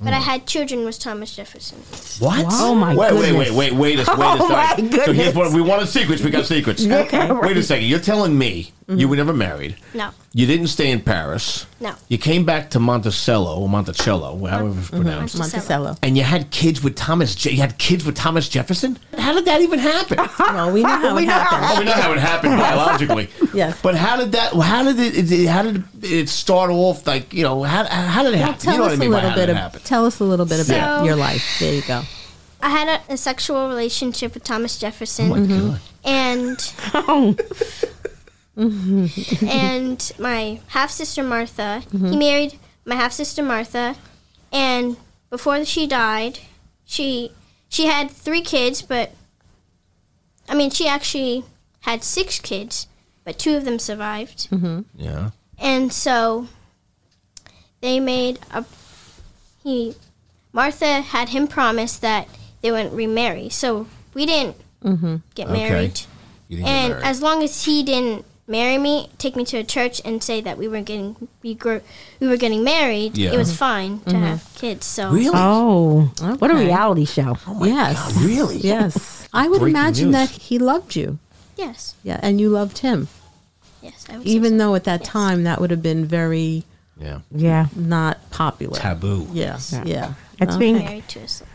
[SPEAKER 7] But I
[SPEAKER 5] Mm.
[SPEAKER 7] had children with Thomas Jefferson.
[SPEAKER 5] What?
[SPEAKER 6] Oh, my
[SPEAKER 5] wait, wait, wait,
[SPEAKER 6] goodness.
[SPEAKER 5] wait, wait a, wait a
[SPEAKER 4] Oh,
[SPEAKER 5] second.
[SPEAKER 6] my
[SPEAKER 5] So here's
[SPEAKER 6] goodness.
[SPEAKER 5] what we wanted secrets. We
[SPEAKER 4] [LAUGHS]
[SPEAKER 5] got secrets.
[SPEAKER 6] Okay.
[SPEAKER 5] Wait a second. You're telling me
[SPEAKER 4] Mm-hmm.
[SPEAKER 5] you were never married.
[SPEAKER 7] No.
[SPEAKER 5] You didn't stay in Paris.
[SPEAKER 7] No.
[SPEAKER 5] You came back to Monticello or Monticello, however it's pronounced.
[SPEAKER 4] Mm-hmm. Monticello.
[SPEAKER 5] And you had kids with Thomas. Je- you had kids with Thomas Jefferson. How did that even happen?
[SPEAKER 4] [LAUGHS] Well,
[SPEAKER 5] [LAUGHS]
[SPEAKER 4] we know how
[SPEAKER 6] We
[SPEAKER 4] it
[SPEAKER 6] know how
[SPEAKER 4] happened.
[SPEAKER 5] I mean, not how
[SPEAKER 4] [LAUGHS]
[SPEAKER 5] it happened biologically.
[SPEAKER 4] Yes.
[SPEAKER 5] But how did that? How did it? it- it- How did it start off? Like you know, how how did it happen?
[SPEAKER 4] Tell
[SPEAKER 5] you know
[SPEAKER 4] us
[SPEAKER 5] what I mean
[SPEAKER 4] a
[SPEAKER 5] by
[SPEAKER 4] little
[SPEAKER 5] how
[SPEAKER 4] bit.
[SPEAKER 5] did it
[SPEAKER 4] Of,
[SPEAKER 5] happen?
[SPEAKER 4] tell us a little bit about
[SPEAKER 7] So-
[SPEAKER 4] your life. There you go.
[SPEAKER 7] I had a, a sexual relationship with Thomas Jefferson.
[SPEAKER 5] Oh my
[SPEAKER 4] Mm-hmm.
[SPEAKER 5] God.
[SPEAKER 4] [LAUGHS]
[SPEAKER 7] and
[SPEAKER 4] Oh.
[SPEAKER 5] Mm-hmm.
[SPEAKER 7] and my half sister Martha. He married my half sister Martha, and before she died, she she had three kids, but I mean she actually had six kids, but two of them survived,
[SPEAKER 5] Yeah.
[SPEAKER 7] and so they made a he Martha had him promise that they wouldn't remarry, so we didn't
[SPEAKER 4] Mm-hmm.
[SPEAKER 7] get married.
[SPEAKER 5] You didn't get
[SPEAKER 7] And
[SPEAKER 5] married.
[SPEAKER 7] as long as he didn't marry me, take me to a church, and say that we were getting we, gr- we were getting married,
[SPEAKER 5] Yeah.
[SPEAKER 7] it was fine to
[SPEAKER 4] Mm-hmm.
[SPEAKER 7] have kids. So
[SPEAKER 5] really? Oh
[SPEAKER 6] Oh, what a
[SPEAKER 4] Okay.
[SPEAKER 6] reality show.
[SPEAKER 4] yes.
[SPEAKER 5] really?
[SPEAKER 4] Yes. I would
[SPEAKER 5] Breaking
[SPEAKER 4] imagine that
[SPEAKER 5] news.
[SPEAKER 4] he loved you.
[SPEAKER 7] yes,
[SPEAKER 4] Yeah, and you loved him.
[SPEAKER 7] yes, I would say
[SPEAKER 4] Even
[SPEAKER 7] so.
[SPEAKER 4] though at that
[SPEAKER 7] Yes.
[SPEAKER 4] time that would have been very
[SPEAKER 5] Yeah.
[SPEAKER 6] Yeah.
[SPEAKER 4] not popular.
[SPEAKER 5] Taboo.
[SPEAKER 4] Yes. Yeah.
[SPEAKER 6] Yeah.
[SPEAKER 4] yeah.
[SPEAKER 6] I think
[SPEAKER 7] married to a slave.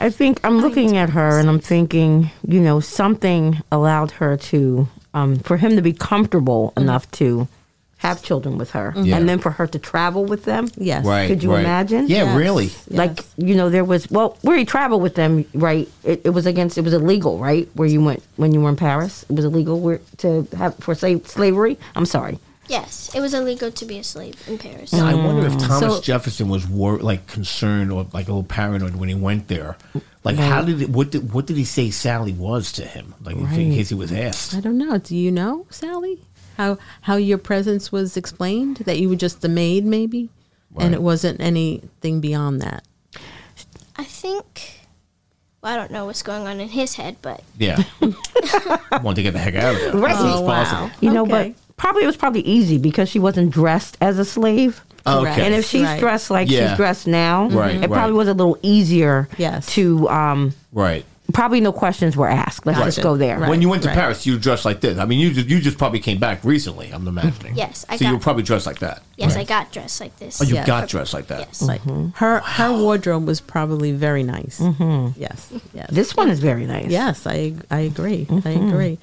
[SPEAKER 6] I think I'm looking at her and I'm thinking, you know, something allowed her to, um, for him to be comfortable enough to have children with her,
[SPEAKER 5] Yeah.
[SPEAKER 6] and then for her to travel with them.
[SPEAKER 4] Yes.
[SPEAKER 5] Right.
[SPEAKER 6] Could you
[SPEAKER 5] right.
[SPEAKER 6] imagine?
[SPEAKER 5] Yeah,
[SPEAKER 4] Yes.
[SPEAKER 5] really.
[SPEAKER 6] Like
[SPEAKER 4] Yes.
[SPEAKER 6] you know, there was well, where he traveled with them, right? It, it was against, it was illegal, right? Where you went when you were in Paris, it was illegal where, to have for slave, slavery. I'm sorry.
[SPEAKER 7] Yes, it was illegal to be a slave in Paris.
[SPEAKER 5] I wonder if Thomas
[SPEAKER 4] Mm. So-
[SPEAKER 5] Jefferson was war- like concerned or like a little paranoid when he went there. Like, how did it, what did what did he say Sally was to him? Like, in case he was asked.
[SPEAKER 4] I don't know. Do you know, Sally? How how your presence was explained? That you were just the maid maybe?
[SPEAKER 5] Right.
[SPEAKER 4] And it wasn't anything beyond that.
[SPEAKER 7] I think. Well, I don't know what's going on in his head, but
[SPEAKER 4] [LAUGHS]
[SPEAKER 5] Yeah, wanted to get the heck out of there.
[SPEAKER 6] Right.
[SPEAKER 5] As soon as
[SPEAKER 4] Oh,
[SPEAKER 5] possible.
[SPEAKER 4] wow.
[SPEAKER 6] You know,
[SPEAKER 4] Okay.
[SPEAKER 6] but probably it was probably easy because she wasn't dressed as a slave.
[SPEAKER 5] Oh, Okay.
[SPEAKER 6] And if she's
[SPEAKER 4] Right.
[SPEAKER 6] dressed like
[SPEAKER 5] Yeah.
[SPEAKER 6] she's dressed now,
[SPEAKER 5] Right,
[SPEAKER 6] it probably
[SPEAKER 5] right.
[SPEAKER 6] was a little easier
[SPEAKER 4] Yes.
[SPEAKER 6] to um,
[SPEAKER 5] Right.
[SPEAKER 6] probably no questions were asked. Let's just
[SPEAKER 4] Gotcha.
[SPEAKER 6] go there.
[SPEAKER 4] Right.
[SPEAKER 5] When you went to
[SPEAKER 4] right.
[SPEAKER 5] Paris, you dressed like this. I mean, you just, you just probably came back recently. I'm imagining.
[SPEAKER 7] Yes, I
[SPEAKER 5] so you
[SPEAKER 7] got-
[SPEAKER 5] were probably dressed like that.
[SPEAKER 7] yes, I got dressed like this.
[SPEAKER 5] Oh, you
[SPEAKER 4] Yes.
[SPEAKER 5] got dressed like that.
[SPEAKER 7] Yes.
[SPEAKER 4] Like
[SPEAKER 6] Mm-hmm.
[SPEAKER 4] her her wardrobe was probably very nice.
[SPEAKER 6] Mm-hmm.
[SPEAKER 4] Yes. Yes.
[SPEAKER 6] This one is very nice. Mm-hmm.
[SPEAKER 4] Yes, I I agree. I agree.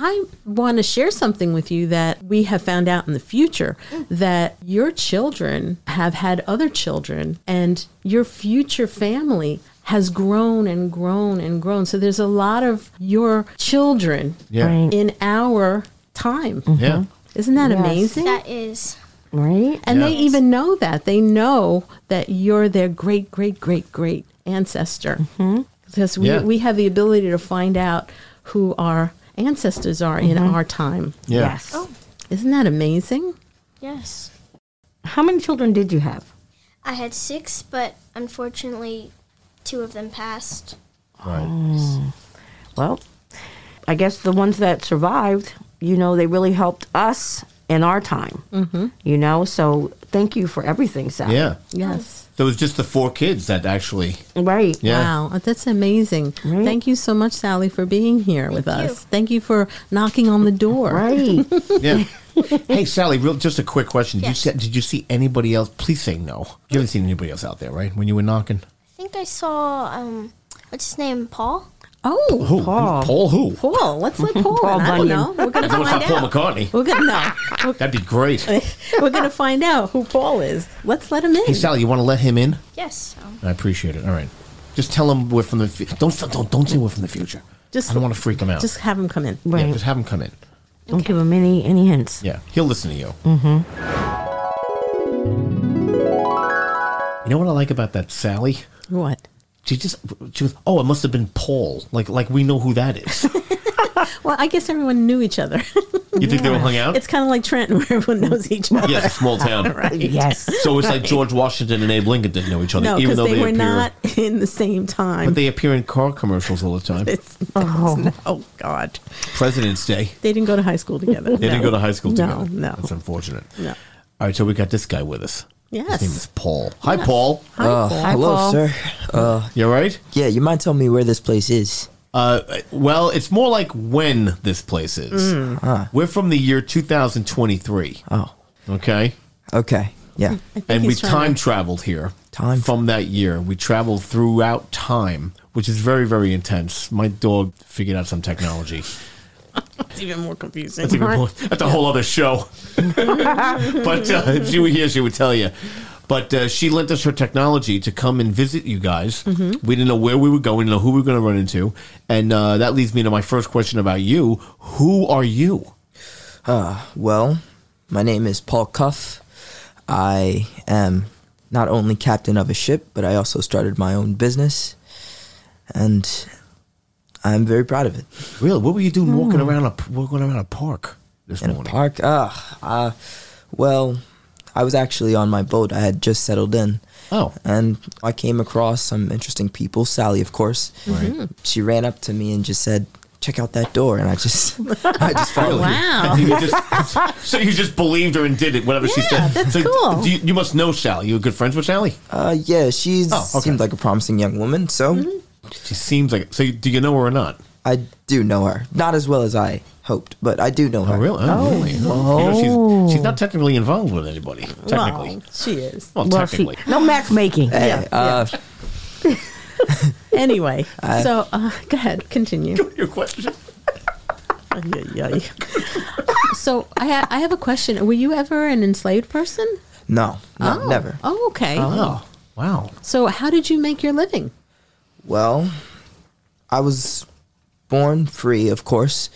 [SPEAKER 4] I want to share something with you that we have found out in the future
[SPEAKER 6] Mm.
[SPEAKER 4] that your children have had other children and your future family has grown and grown and grown. So there's a lot of your children
[SPEAKER 5] Yeah.
[SPEAKER 6] Right. Mm-hmm.
[SPEAKER 4] in our time.
[SPEAKER 5] Yeah.
[SPEAKER 4] Isn't that
[SPEAKER 6] Yes.
[SPEAKER 4] amazing?
[SPEAKER 7] That is
[SPEAKER 6] Right?
[SPEAKER 4] And they
[SPEAKER 5] Yeah.
[SPEAKER 4] even know that. They know that you're their great, great, great, great ancestor. Because we,
[SPEAKER 5] Yeah.
[SPEAKER 4] we have the ability to find out who our ancestors are in our time.
[SPEAKER 5] Yeah.
[SPEAKER 6] Yes.
[SPEAKER 4] Isn't that amazing?
[SPEAKER 7] yes.
[SPEAKER 6] How many children did you have?
[SPEAKER 7] I had six, but unfortunately, two of them passed.
[SPEAKER 5] Right.
[SPEAKER 6] Oh. Well, I guess the ones that survived, you know, they really helped us in our time. Mm-hmm. You know, so thank you for everything, Sally.
[SPEAKER 5] Yeah.
[SPEAKER 4] Yes.
[SPEAKER 5] There was just the four kids that actually.
[SPEAKER 6] Right.
[SPEAKER 5] Yeah.
[SPEAKER 4] Wow, that's amazing. Thank you so much, Sally, for being here with
[SPEAKER 7] you.
[SPEAKER 4] us. Thank you for knocking on the door.
[SPEAKER 6] Right.
[SPEAKER 5] Yeah. hey, Sally, real just a quick question. Did, you see, did you see anybody else? Please say no. You haven't seen anybody else out there, right? When you were knocking.
[SPEAKER 7] I think I saw um, what's his name, Paul.
[SPEAKER 4] Oh,
[SPEAKER 5] Who?
[SPEAKER 6] Paul.
[SPEAKER 5] Paul who?
[SPEAKER 4] Paul. Let's let Paul.
[SPEAKER 6] Paul
[SPEAKER 4] in. I don't
[SPEAKER 6] Bunyan.
[SPEAKER 4] know. We're gonna
[SPEAKER 5] If it was not
[SPEAKER 4] find
[SPEAKER 5] Paul
[SPEAKER 4] out.
[SPEAKER 5] McCartney, Ah,
[SPEAKER 4] We're gonna no. We're,
[SPEAKER 5] that'd
[SPEAKER 4] [LAUGHS]
[SPEAKER 5] be great.
[SPEAKER 4] [LAUGHS] we're gonna find out who Paul is. Let's let him in.
[SPEAKER 5] Hey, Sally, you want to let him in?
[SPEAKER 7] Yes. Um,
[SPEAKER 5] I appreciate it. All right. Just tell him we're from the fu- don't don't don't say we're from the future.
[SPEAKER 4] Just-
[SPEAKER 5] I don't want to freak him out.
[SPEAKER 4] Just have him come in.
[SPEAKER 5] yeah,
[SPEAKER 6] Right.
[SPEAKER 5] just have him come in.
[SPEAKER 6] Don't give him any any hints.
[SPEAKER 5] Yeah, he'll listen to you.
[SPEAKER 7] Mm-hmm.
[SPEAKER 5] You know what I like about that Sally?
[SPEAKER 4] What?
[SPEAKER 5] She just she was oh it must have been Paul like like we know who that is.
[SPEAKER 4] Well, I guess everyone knew each other.
[SPEAKER 5] You think they were
[SPEAKER 4] [LAUGHS]
[SPEAKER 5] hung out?
[SPEAKER 4] it's kind of like Trenton, where everyone knows each other.
[SPEAKER 5] yes, small [LAUGHS] town.
[SPEAKER 6] Yes.
[SPEAKER 5] So it's like George Washington and Abe Lincoln didn't know each other,
[SPEAKER 4] No, because
[SPEAKER 5] even though
[SPEAKER 4] they,
[SPEAKER 5] they,
[SPEAKER 4] were
[SPEAKER 5] appear.
[SPEAKER 4] not in the same time.
[SPEAKER 5] but they appear in car commercials all the
[SPEAKER 4] [LAUGHS]
[SPEAKER 5] time.
[SPEAKER 4] it's, oh. oh God,
[SPEAKER 5] President's Day.
[SPEAKER 4] they didn't go to high school together.
[SPEAKER 5] They didn't go to high school
[SPEAKER 4] No,
[SPEAKER 5] together.
[SPEAKER 4] no.
[SPEAKER 5] That's unfortunate.
[SPEAKER 4] No.
[SPEAKER 5] All right, so we got this guy with us.
[SPEAKER 4] Yes.
[SPEAKER 5] His name is Paul. Hi, Paul.
[SPEAKER 4] Hi, Paul.
[SPEAKER 6] hello,
[SPEAKER 11] Hello,
[SPEAKER 6] Paul.
[SPEAKER 11] sir. Uh,
[SPEAKER 5] You all right?
[SPEAKER 11] yeah, you mind telling me where this place is?
[SPEAKER 5] Uh, well, it's more like when this place is. We're from the year 2023.
[SPEAKER 11] Mm. Ah. Oh,
[SPEAKER 5] Okay.
[SPEAKER 11] okay. Yeah.
[SPEAKER 4] I think
[SPEAKER 5] And we
[SPEAKER 4] he's trying
[SPEAKER 5] time
[SPEAKER 4] to-
[SPEAKER 5] traveled here.
[SPEAKER 11] Time-
[SPEAKER 5] from that year. We traveled throughout time, which is very, very intense. My dog figured out some technology.
[SPEAKER 4] It's even more confusing.
[SPEAKER 5] That's, even more, that's [LAUGHS] a whole other show. but uh,
[SPEAKER 4] [LAUGHS]
[SPEAKER 5] if she were here, she would tell you. But uh, she lent us her technology to come and visit you guys.
[SPEAKER 4] Mm-hmm.
[SPEAKER 5] We didn't know where we were going, didn't know who we were going to run into, and uh, that leads me to my first question about you. Who are you?
[SPEAKER 11] Uh, Well, my name is Paul Cuff. I am not only captain of a ship, but I also started my own business, and I'm very proud of it.
[SPEAKER 5] Really? What were you
[SPEAKER 4] Hmm.
[SPEAKER 5] doing walking around a walking around a park this
[SPEAKER 11] In a
[SPEAKER 5] morning?
[SPEAKER 11] park. Ah, uh, well, I was actually on my boat. I had just settled in.
[SPEAKER 5] Oh,
[SPEAKER 11] and I came across some interesting people. Sally, of course. Right. She ran up to me and just said, "Check out that door," and I just, I just
[SPEAKER 5] Oh,
[SPEAKER 11] followed. her.
[SPEAKER 4] Wow.
[SPEAKER 5] And you just- [LAUGHS] so you just believed her and did it, whatever she
[SPEAKER 4] Yeah,
[SPEAKER 5] said.
[SPEAKER 4] that's
[SPEAKER 5] so
[SPEAKER 4] cool.
[SPEAKER 5] do you, you must know Sally. You good friends with Sally?
[SPEAKER 11] Uh, yeah, she
[SPEAKER 5] Oh, okay. Mm-hmm.
[SPEAKER 11] seemed like a promising young woman, so
[SPEAKER 5] She seems like. So you, do you know her or not?
[SPEAKER 11] I do know her. Not as well as I hoped, but I do know her.
[SPEAKER 5] Oh, really? Oh, really? Well, you know,
[SPEAKER 4] Oh.
[SPEAKER 5] she's, she's not technically involved with anybody. Technically.
[SPEAKER 4] Well, she is.
[SPEAKER 5] Well,
[SPEAKER 6] Well, see,
[SPEAKER 5] technically.
[SPEAKER 6] no match making.
[SPEAKER 11] Hey, uh,
[SPEAKER 4] Anyway, so uh, go ahead, continue.
[SPEAKER 5] [LAUGHS] Your question.
[SPEAKER 4] Ay, ay, ay. [LAUGHS] so I, ha- I have a question. Were you ever an enslaved person?
[SPEAKER 11] No, no,
[SPEAKER 4] Oh.
[SPEAKER 11] never.
[SPEAKER 4] Oh, okay.
[SPEAKER 5] Oh, wow.
[SPEAKER 4] So how did you make your living?
[SPEAKER 11] Well, I was born free, of course,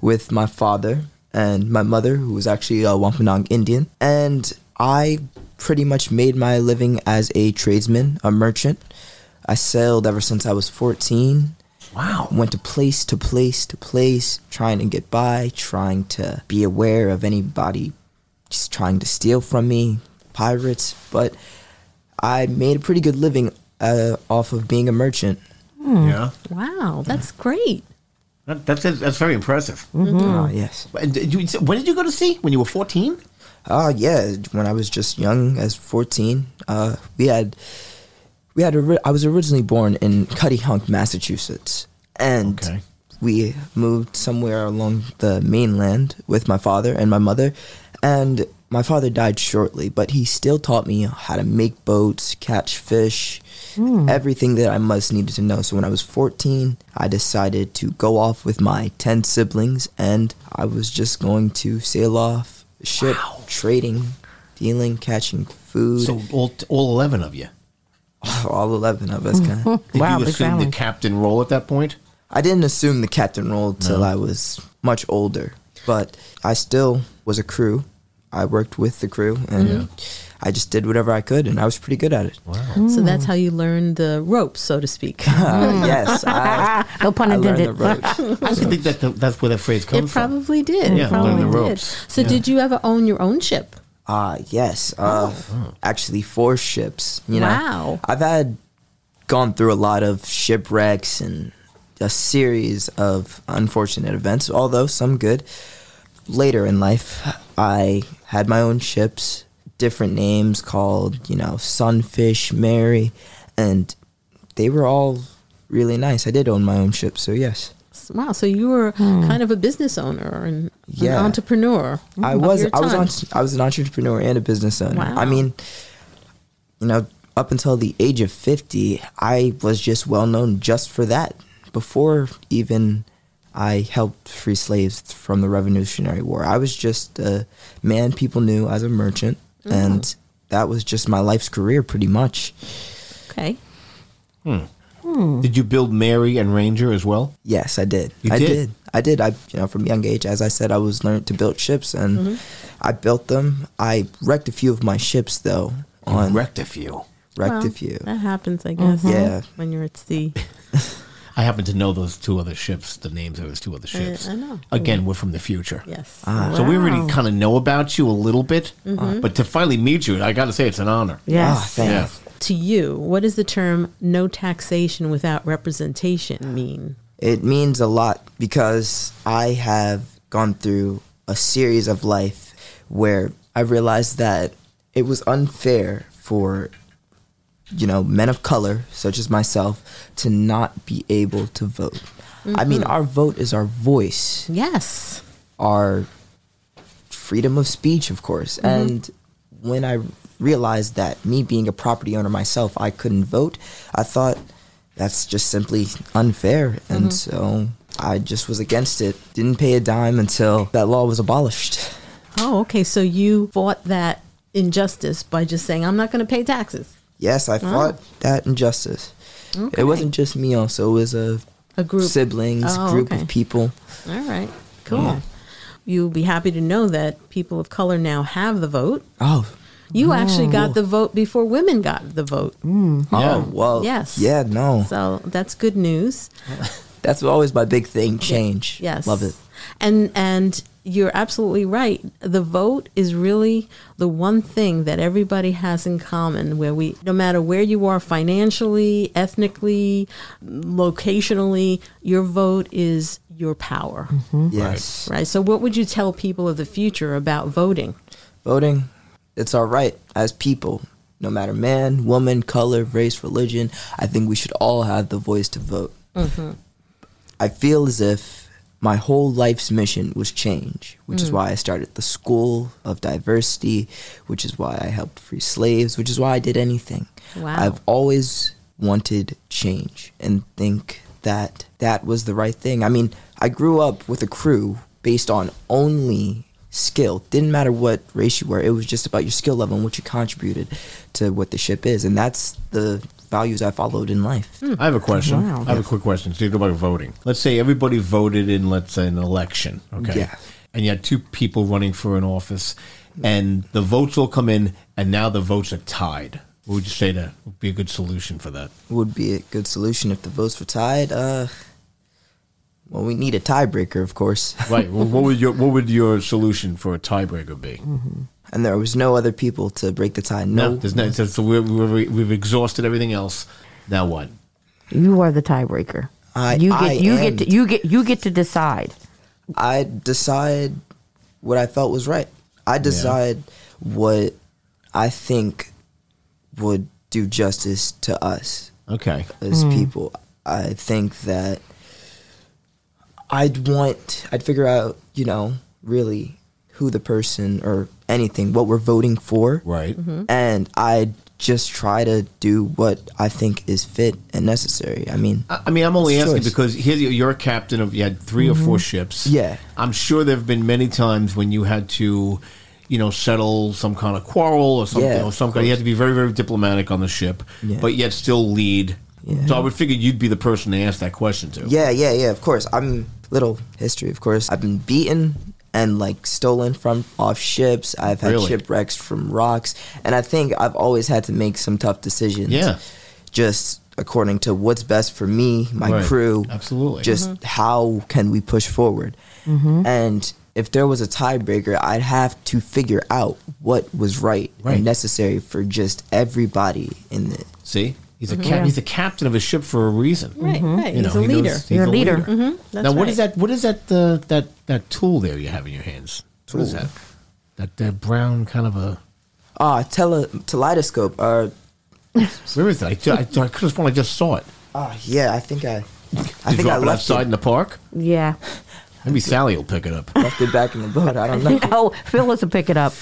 [SPEAKER 11] with my father and my mother, who was actually a Wampanoag Indian. And I pretty much made my living as a tradesman, a merchant. I sailed ever since I was 14.
[SPEAKER 5] Wow.
[SPEAKER 11] Went to place to place to place, trying to get by, trying to be aware of anybody just trying to steal from me, pirates. But I made a pretty good living uh, off of being a merchant. Hmm.
[SPEAKER 5] Yeah.
[SPEAKER 4] Wow, that's great.
[SPEAKER 5] That, that's, that's very impressive.
[SPEAKER 11] Ah, yes.
[SPEAKER 5] And did you, so when did you go to sea? When you were 14?
[SPEAKER 11] Ah, yeah. When I was just young, as fourteen, uh, we had we had. Ori- I was originally born in Cuttyhunk, Massachusetts, and
[SPEAKER 5] Okay.
[SPEAKER 11] we moved somewhere along the mainland with my father and my mother. And my father died shortly, but he still taught me how to make boats, catch fish,
[SPEAKER 6] Mm.
[SPEAKER 11] everything that I must needed to know. So when I was fourteen, I decided to go off with my ten siblings, and I was just going to sail off ship, trading, dealing, catching food.
[SPEAKER 5] So all, all 11 of you.
[SPEAKER 11] [LAUGHS] all eleven of us. Kinda.
[SPEAKER 6] [LAUGHS]
[SPEAKER 5] Did
[SPEAKER 6] Wow,
[SPEAKER 5] you
[SPEAKER 6] big
[SPEAKER 5] assume the
[SPEAKER 6] family.
[SPEAKER 5] captain role at that point?
[SPEAKER 11] I didn't assume the captain role till I was much older, but I still was a crew. I worked with the crew, and I just did whatever I could, and I was pretty good at it.
[SPEAKER 4] So that's how you learned the ropes, so to speak.
[SPEAKER 11] Uh, [LAUGHS] yes,
[SPEAKER 4] [LAUGHS]
[SPEAKER 11] I,
[SPEAKER 6] no pun
[SPEAKER 11] I learned
[SPEAKER 6] intended.
[SPEAKER 11] the [LAUGHS] ropes.
[SPEAKER 5] I actually think that that's where that phrase
[SPEAKER 4] It
[SPEAKER 5] comes from.
[SPEAKER 4] probably did.
[SPEAKER 5] Yeah,
[SPEAKER 4] it probably
[SPEAKER 5] learn the
[SPEAKER 4] did.
[SPEAKER 5] ropes.
[SPEAKER 4] So did you ever own your own ship?
[SPEAKER 11] Ah, yes. Uh,
[SPEAKER 5] Oh.
[SPEAKER 11] Actually, four ships. You know,
[SPEAKER 4] Wow.
[SPEAKER 11] I've had gone through a lot of shipwrecks and a series of unfortunate events, although some good. Later in life, I had my own ships, different names called, you know, Sunfish, Mary, and they were all really nice. I did own my own ship, so yes.
[SPEAKER 4] Wow. So you were kind of a business owner and
[SPEAKER 11] Hmm. Yeah.
[SPEAKER 4] an entrepreneur.
[SPEAKER 11] I
[SPEAKER 4] Mm, of
[SPEAKER 11] was
[SPEAKER 4] your
[SPEAKER 11] I was
[SPEAKER 4] time.
[SPEAKER 11] on, I was an entrepreneur and a business owner.
[SPEAKER 4] Wow.
[SPEAKER 11] I mean, you know, up until the age of 50, I was just well known just for that. Before even I helped free slaves from the Revolutionary War, I was just a man people knew as a merchant
[SPEAKER 4] Mm-hmm.
[SPEAKER 11] and that was just my life's career pretty much.
[SPEAKER 4] Okay.
[SPEAKER 5] Hmm. Did you build Mary and Ranger as well?
[SPEAKER 11] Yes, I did.
[SPEAKER 5] You
[SPEAKER 11] I
[SPEAKER 5] did?
[SPEAKER 11] did. I did. I you know from young age, as I said, I was learned to build ships, and
[SPEAKER 4] Mm-hmm.
[SPEAKER 5] Mhm.
[SPEAKER 11] I built them. I wrecked a few of my ships though. On
[SPEAKER 5] wrecked a few.
[SPEAKER 11] Wrecked
[SPEAKER 4] Well,
[SPEAKER 11] a few.
[SPEAKER 4] That happens, I guess.
[SPEAKER 11] Mhm. Yeah. Ah,
[SPEAKER 4] When you're at
[SPEAKER 11] [LAUGHS]
[SPEAKER 4] sea.
[SPEAKER 5] I happen to know those two other ships, the names of those two other
[SPEAKER 4] I-
[SPEAKER 5] ships.
[SPEAKER 4] I know.
[SPEAKER 5] Again, we're from the future.
[SPEAKER 4] Yes.
[SPEAKER 11] Ah.
[SPEAKER 5] So we already
[SPEAKER 11] Wow.
[SPEAKER 5] kind of know about you a little bit,
[SPEAKER 4] Mhm.
[SPEAKER 5] but to finally meet you, I got to say it's an honor.
[SPEAKER 4] Yes. Ah,
[SPEAKER 5] Yeah.
[SPEAKER 4] thanks. To you, what does the term no taxation without representation mean?
[SPEAKER 11] It means a lot because I have gone through a series of life where I realized that it was unfair for you know men of color such as myself to not be able to vote. I mean,
[SPEAKER 4] Mhm.
[SPEAKER 11] our vote is our voice.
[SPEAKER 4] Yes.
[SPEAKER 11] Our freedom of speech, of course.
[SPEAKER 4] Mhm.
[SPEAKER 11] And when I realized that me being a property owner myself, I couldn't vote, I thought that's just simply unfair. And
[SPEAKER 4] Mhm.
[SPEAKER 11] so I just was against it. Didn't pay a dime until that law was abolished.
[SPEAKER 4] Oh, okay. So you fought that injustice by just saying, I'm not going to pay taxes.
[SPEAKER 11] Yes, I
[SPEAKER 4] Wow.
[SPEAKER 11] fought that injustice.
[SPEAKER 4] Okay.
[SPEAKER 11] It wasn't just me, also, it was a,
[SPEAKER 4] A group.
[SPEAKER 11] siblings,
[SPEAKER 4] Oh,
[SPEAKER 11] group
[SPEAKER 4] okay.
[SPEAKER 11] of people.
[SPEAKER 4] All right. Cool.
[SPEAKER 11] Yeah.
[SPEAKER 4] You'll be happy to know that people of color now have the vote.
[SPEAKER 11] Oh,
[SPEAKER 4] You actually
[SPEAKER 11] Cool.
[SPEAKER 4] got the vote before women got the vote.
[SPEAKER 11] Oh, well.
[SPEAKER 4] Mm. Yes.
[SPEAKER 11] Yeah, no.
[SPEAKER 4] So that's good news.
[SPEAKER 11] That's always my big thing change.
[SPEAKER 4] Yes.
[SPEAKER 11] Love it.
[SPEAKER 4] And and you're absolutely right. The vote is really the one thing that everybody has in common where we no matter where you are financially, ethnically, locationally, your vote is your power.
[SPEAKER 6] Mm-hmm.
[SPEAKER 11] Yes.
[SPEAKER 4] Right. So what would you tell people of the future about voting?
[SPEAKER 11] Voting, it's our right as people, no matter man, woman, color, race, religion. I think we should all have the voice to vote.
[SPEAKER 4] Mm-hmm.
[SPEAKER 11] I feel as if my whole life's mission was change, which is
[SPEAKER 4] Mm.
[SPEAKER 11] why I started the School of Diversity, which is why I helped free slaves, which is why I did anything.
[SPEAKER 4] Wow.
[SPEAKER 11] I've always wanted change and think that that was the right thing. I mean, I grew up with a crew based on only skill. Didn't matter what race you were, it was just about your skill level and what you contributed to what the ship is. And that's the values I followed in life.
[SPEAKER 4] Hmm.
[SPEAKER 5] I have a question.
[SPEAKER 11] Wow.
[SPEAKER 5] I have a quick question. So you go back to voting. Let's say everybody voted in, let's say, an election. Okay.
[SPEAKER 11] Yeah.
[SPEAKER 5] And you had two people running for an office, and the votes all come in, and now the votes are tied. What would you say that would be a good solution for that?
[SPEAKER 11] would be a good solution if the votes were tied. Uh, well, we need a tiebreaker, of course. [LAUGHS]
[SPEAKER 5] Right. well, what would your What would your solution for a tiebreaker be?
[SPEAKER 11] Mm-hmm. and there was no other people to break the tie. No,
[SPEAKER 5] there's no. So so we're, we're, we've exhausted everything else. Now what?
[SPEAKER 6] You are the tiebreaker.
[SPEAKER 11] I-
[SPEAKER 6] you get
[SPEAKER 11] I
[SPEAKER 6] you
[SPEAKER 11] am.
[SPEAKER 6] get to, you get you get to decide.
[SPEAKER 11] I decide what I felt was right. I decide what I think would do justice to us
[SPEAKER 5] Okay.
[SPEAKER 11] as
[SPEAKER 5] Hmm.
[SPEAKER 11] people. I think that I'd want, I'd figure out, you know, really who the person or anything, what we're voting for.
[SPEAKER 5] Right.
[SPEAKER 4] Mhm.
[SPEAKER 11] And I'd just try to do what I think is fit and necessary. I mean,
[SPEAKER 5] I I mean, I'm only
[SPEAKER 11] It's a
[SPEAKER 5] asking
[SPEAKER 11] choice. Mm-hmm.
[SPEAKER 5] because here you- you're a captain of you had 3 or four ships.
[SPEAKER 11] Yeah.
[SPEAKER 5] I'm sure there have been many times when you had to, you know, settle some kind of quarrel or something
[SPEAKER 11] Yeah,
[SPEAKER 5] or
[SPEAKER 11] of
[SPEAKER 5] some kind. You had to be very very diplomatic on the ship,
[SPEAKER 11] Yeah.
[SPEAKER 5] but yet still lead. So I would figure you'd be the person to ask that question to.
[SPEAKER 11] Yeah, yeah, yeah. Of course, I'm little history. Of course, I've been beaten and like stolen from off ships. I've had
[SPEAKER 5] Really?
[SPEAKER 11] shipwrecks from rocks, and I think I've always had to make some tough decisions.
[SPEAKER 5] Yeah.
[SPEAKER 11] just according to what's best for me, my
[SPEAKER 5] Right.
[SPEAKER 11] crew.
[SPEAKER 5] Absolutely.
[SPEAKER 11] Just
[SPEAKER 5] Mhm.
[SPEAKER 11] how can we push forward?
[SPEAKER 6] Mm-hmm.
[SPEAKER 5] Mhm.
[SPEAKER 11] And if there was a tiebreaker, I'd have to figure out what was right,
[SPEAKER 5] Right.
[SPEAKER 11] and necessary for just everybody in the.
[SPEAKER 5] See, he's a
[SPEAKER 11] Mhm.
[SPEAKER 5] cap-
[SPEAKER 11] Yeah.
[SPEAKER 5] he's a captain of a ship for a reason.
[SPEAKER 4] Right, Mhm. right.
[SPEAKER 5] Mm-hmm. You know,
[SPEAKER 4] He's a
[SPEAKER 5] he
[SPEAKER 4] leader.
[SPEAKER 5] knows- he's
[SPEAKER 4] You're a leader. Mhm.
[SPEAKER 5] Now,
[SPEAKER 11] Mm-hmm.
[SPEAKER 4] That's
[SPEAKER 5] what
[SPEAKER 4] right.
[SPEAKER 5] is that? What is that? The that that tool there you have in your hands. What is
[SPEAKER 11] Tool.
[SPEAKER 5] that? That that brown kind of a
[SPEAKER 11] Ah, tele telescope. Uh,
[SPEAKER 5] [LAUGHS] Where is that? I, ju- I, ju- I could have sworn I just saw it.
[SPEAKER 11] ah, yeah, I think I, I
[SPEAKER 5] Did you
[SPEAKER 11] think I
[SPEAKER 5] drop it
[SPEAKER 11] left
[SPEAKER 5] outside
[SPEAKER 11] it,
[SPEAKER 5] in the park.
[SPEAKER 6] Yeah.
[SPEAKER 11] [LAUGHS]
[SPEAKER 5] Maybe Sally will pick it up.
[SPEAKER 11] left it back in the boat. I don't
[SPEAKER 5] [LAUGHS]
[SPEAKER 11] know.
[SPEAKER 6] [LAUGHS] oh, Phyllis will pick it up.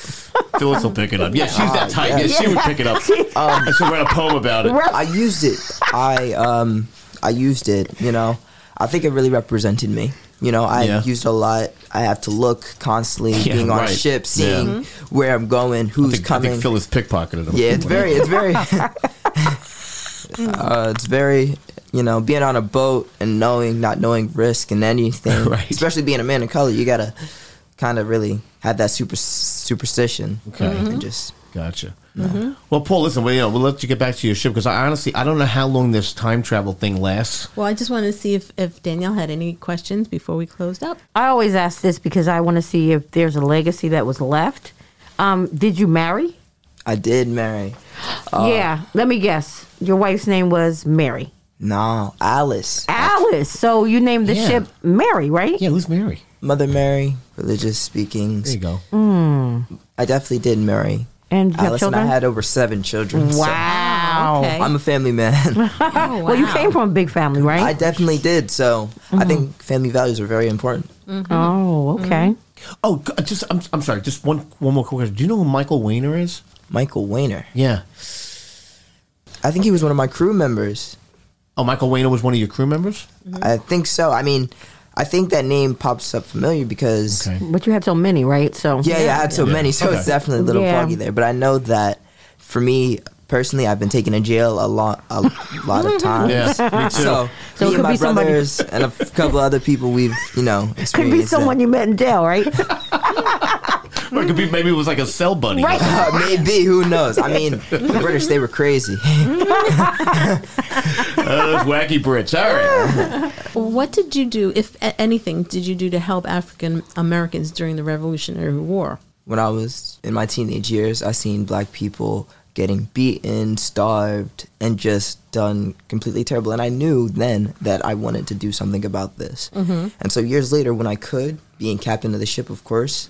[SPEAKER 5] Phyllis will pick it up. Yeah, she's that
[SPEAKER 11] Ah,
[SPEAKER 5] type. Yeah,
[SPEAKER 11] yes.
[SPEAKER 5] she would
[SPEAKER 11] [LAUGHS]
[SPEAKER 5] pick it up. Ah, [LAUGHS]
[SPEAKER 11] Um,
[SPEAKER 5] and she'll write a poem about it.
[SPEAKER 11] I used it. I um I used it, you know. I think it really represented me. You know, I
[SPEAKER 5] Yeah.
[SPEAKER 11] used a lot. I have to look constantly,
[SPEAKER 5] Yeah,
[SPEAKER 11] being on
[SPEAKER 5] right.
[SPEAKER 11] a ship,
[SPEAKER 5] Yeah.
[SPEAKER 11] seeing where I'm going, who's
[SPEAKER 5] I think, I
[SPEAKER 11] coming.
[SPEAKER 5] think Phyllis pickpocketed him.
[SPEAKER 11] yeah, it's very it's
[SPEAKER 4] [LAUGHS]
[SPEAKER 11] very
[SPEAKER 4] Mm.
[SPEAKER 11] uh, it's very you know, being on a boat and knowing not knowing risk and anything.
[SPEAKER 5] [LAUGHS] Right.
[SPEAKER 11] Especially being a man of color, you gotta kinda really have that super superstition.
[SPEAKER 5] Okay.
[SPEAKER 11] And just Mm-hmm.
[SPEAKER 5] Gotcha. Well, Paul, listen, we'll, yeah, we'll let you get back to your ship because I honestly I don't know how long this time travel thing lasts.
[SPEAKER 4] Well, I just wanted to see if, if Danielle had any questions before we closed up. [LAUGHS]
[SPEAKER 6] I always ask this because I want to see if there's a legacy that was left. Um, did you marry?
[SPEAKER 11] I did marry. Uh,
[SPEAKER 6] yeah. Let me guess. Your wife's name was Mary.
[SPEAKER 11] No, Alice.
[SPEAKER 6] Alice. So you named the
[SPEAKER 5] Yeah.
[SPEAKER 6] ship Mary, right?
[SPEAKER 5] Yeah, who's Mary?
[SPEAKER 11] Mother Mary, religious speaking.
[SPEAKER 5] There you go.
[SPEAKER 11] I definitely did marry.
[SPEAKER 6] Hmm. And you have
[SPEAKER 11] Alice
[SPEAKER 6] children?
[SPEAKER 11] and I had over seven children. so
[SPEAKER 6] wow.
[SPEAKER 4] Okay.
[SPEAKER 11] I'm a family man.
[SPEAKER 6] [LAUGHS] Well,
[SPEAKER 5] Oh,
[SPEAKER 6] you [LAUGHS] came from a big family,
[SPEAKER 11] I
[SPEAKER 6] right? Uh-huh.
[SPEAKER 11] definitely did. So I think family values are very important.
[SPEAKER 6] Oh, okay.
[SPEAKER 5] Oh, g- just I'm, I'm sorry. Just one one more quick question. Do you know who Michael Weiner is?
[SPEAKER 11] Michael Weiner.
[SPEAKER 5] Yeah.
[SPEAKER 11] I think he was one of my crew members.
[SPEAKER 5] Oh, Michael Weiner was one of your crew members.
[SPEAKER 11] I think so. I mean, I think that name pops up familiar because.
[SPEAKER 5] Okay.
[SPEAKER 6] But you had so many, right? So
[SPEAKER 11] Yeah, yeah, I had so many, so it's
[SPEAKER 5] Okay.
[SPEAKER 11] definitely a little
[SPEAKER 6] Yeah.
[SPEAKER 11] foggy there. But I know that for me personally, I've been taken to jail a lot, a lot
[SPEAKER 6] [LAUGHS]
[SPEAKER 11] of times. [LAUGHS]
[SPEAKER 5] Yeah, me too.
[SPEAKER 11] So,
[SPEAKER 6] So
[SPEAKER 11] me
[SPEAKER 6] it could
[SPEAKER 11] and my
[SPEAKER 6] be somebody-
[SPEAKER 11] brothers and a f- couple other people we've, you know, experienced
[SPEAKER 6] [LAUGHS] could be
[SPEAKER 11] that.
[SPEAKER 6] someone you met in jail,
[SPEAKER 4] [LAUGHS]
[SPEAKER 6] right?
[SPEAKER 5] Or it could be maybe it was like a cell buddy.
[SPEAKER 6] Mm. right.
[SPEAKER 11] [LAUGHS] Uh, maybe who knows? I
[SPEAKER 5] [LAUGHS]
[SPEAKER 11] mean, the British they were
[SPEAKER 6] [LAUGHS]
[SPEAKER 11] crazy.
[SPEAKER 5] Oh, those wacky Brits.
[SPEAKER 11] [LAUGHS]
[SPEAKER 5] All right.
[SPEAKER 4] What did you do, if a- anything, did you do to help African Americans during the Revolutionary War?
[SPEAKER 11] When I was in my teenage years, I seen black people getting beaten, starved, and just done completely terrible. And I knew then that I wanted to do something about this. And so years later, when I could, being captain of the ship, of course,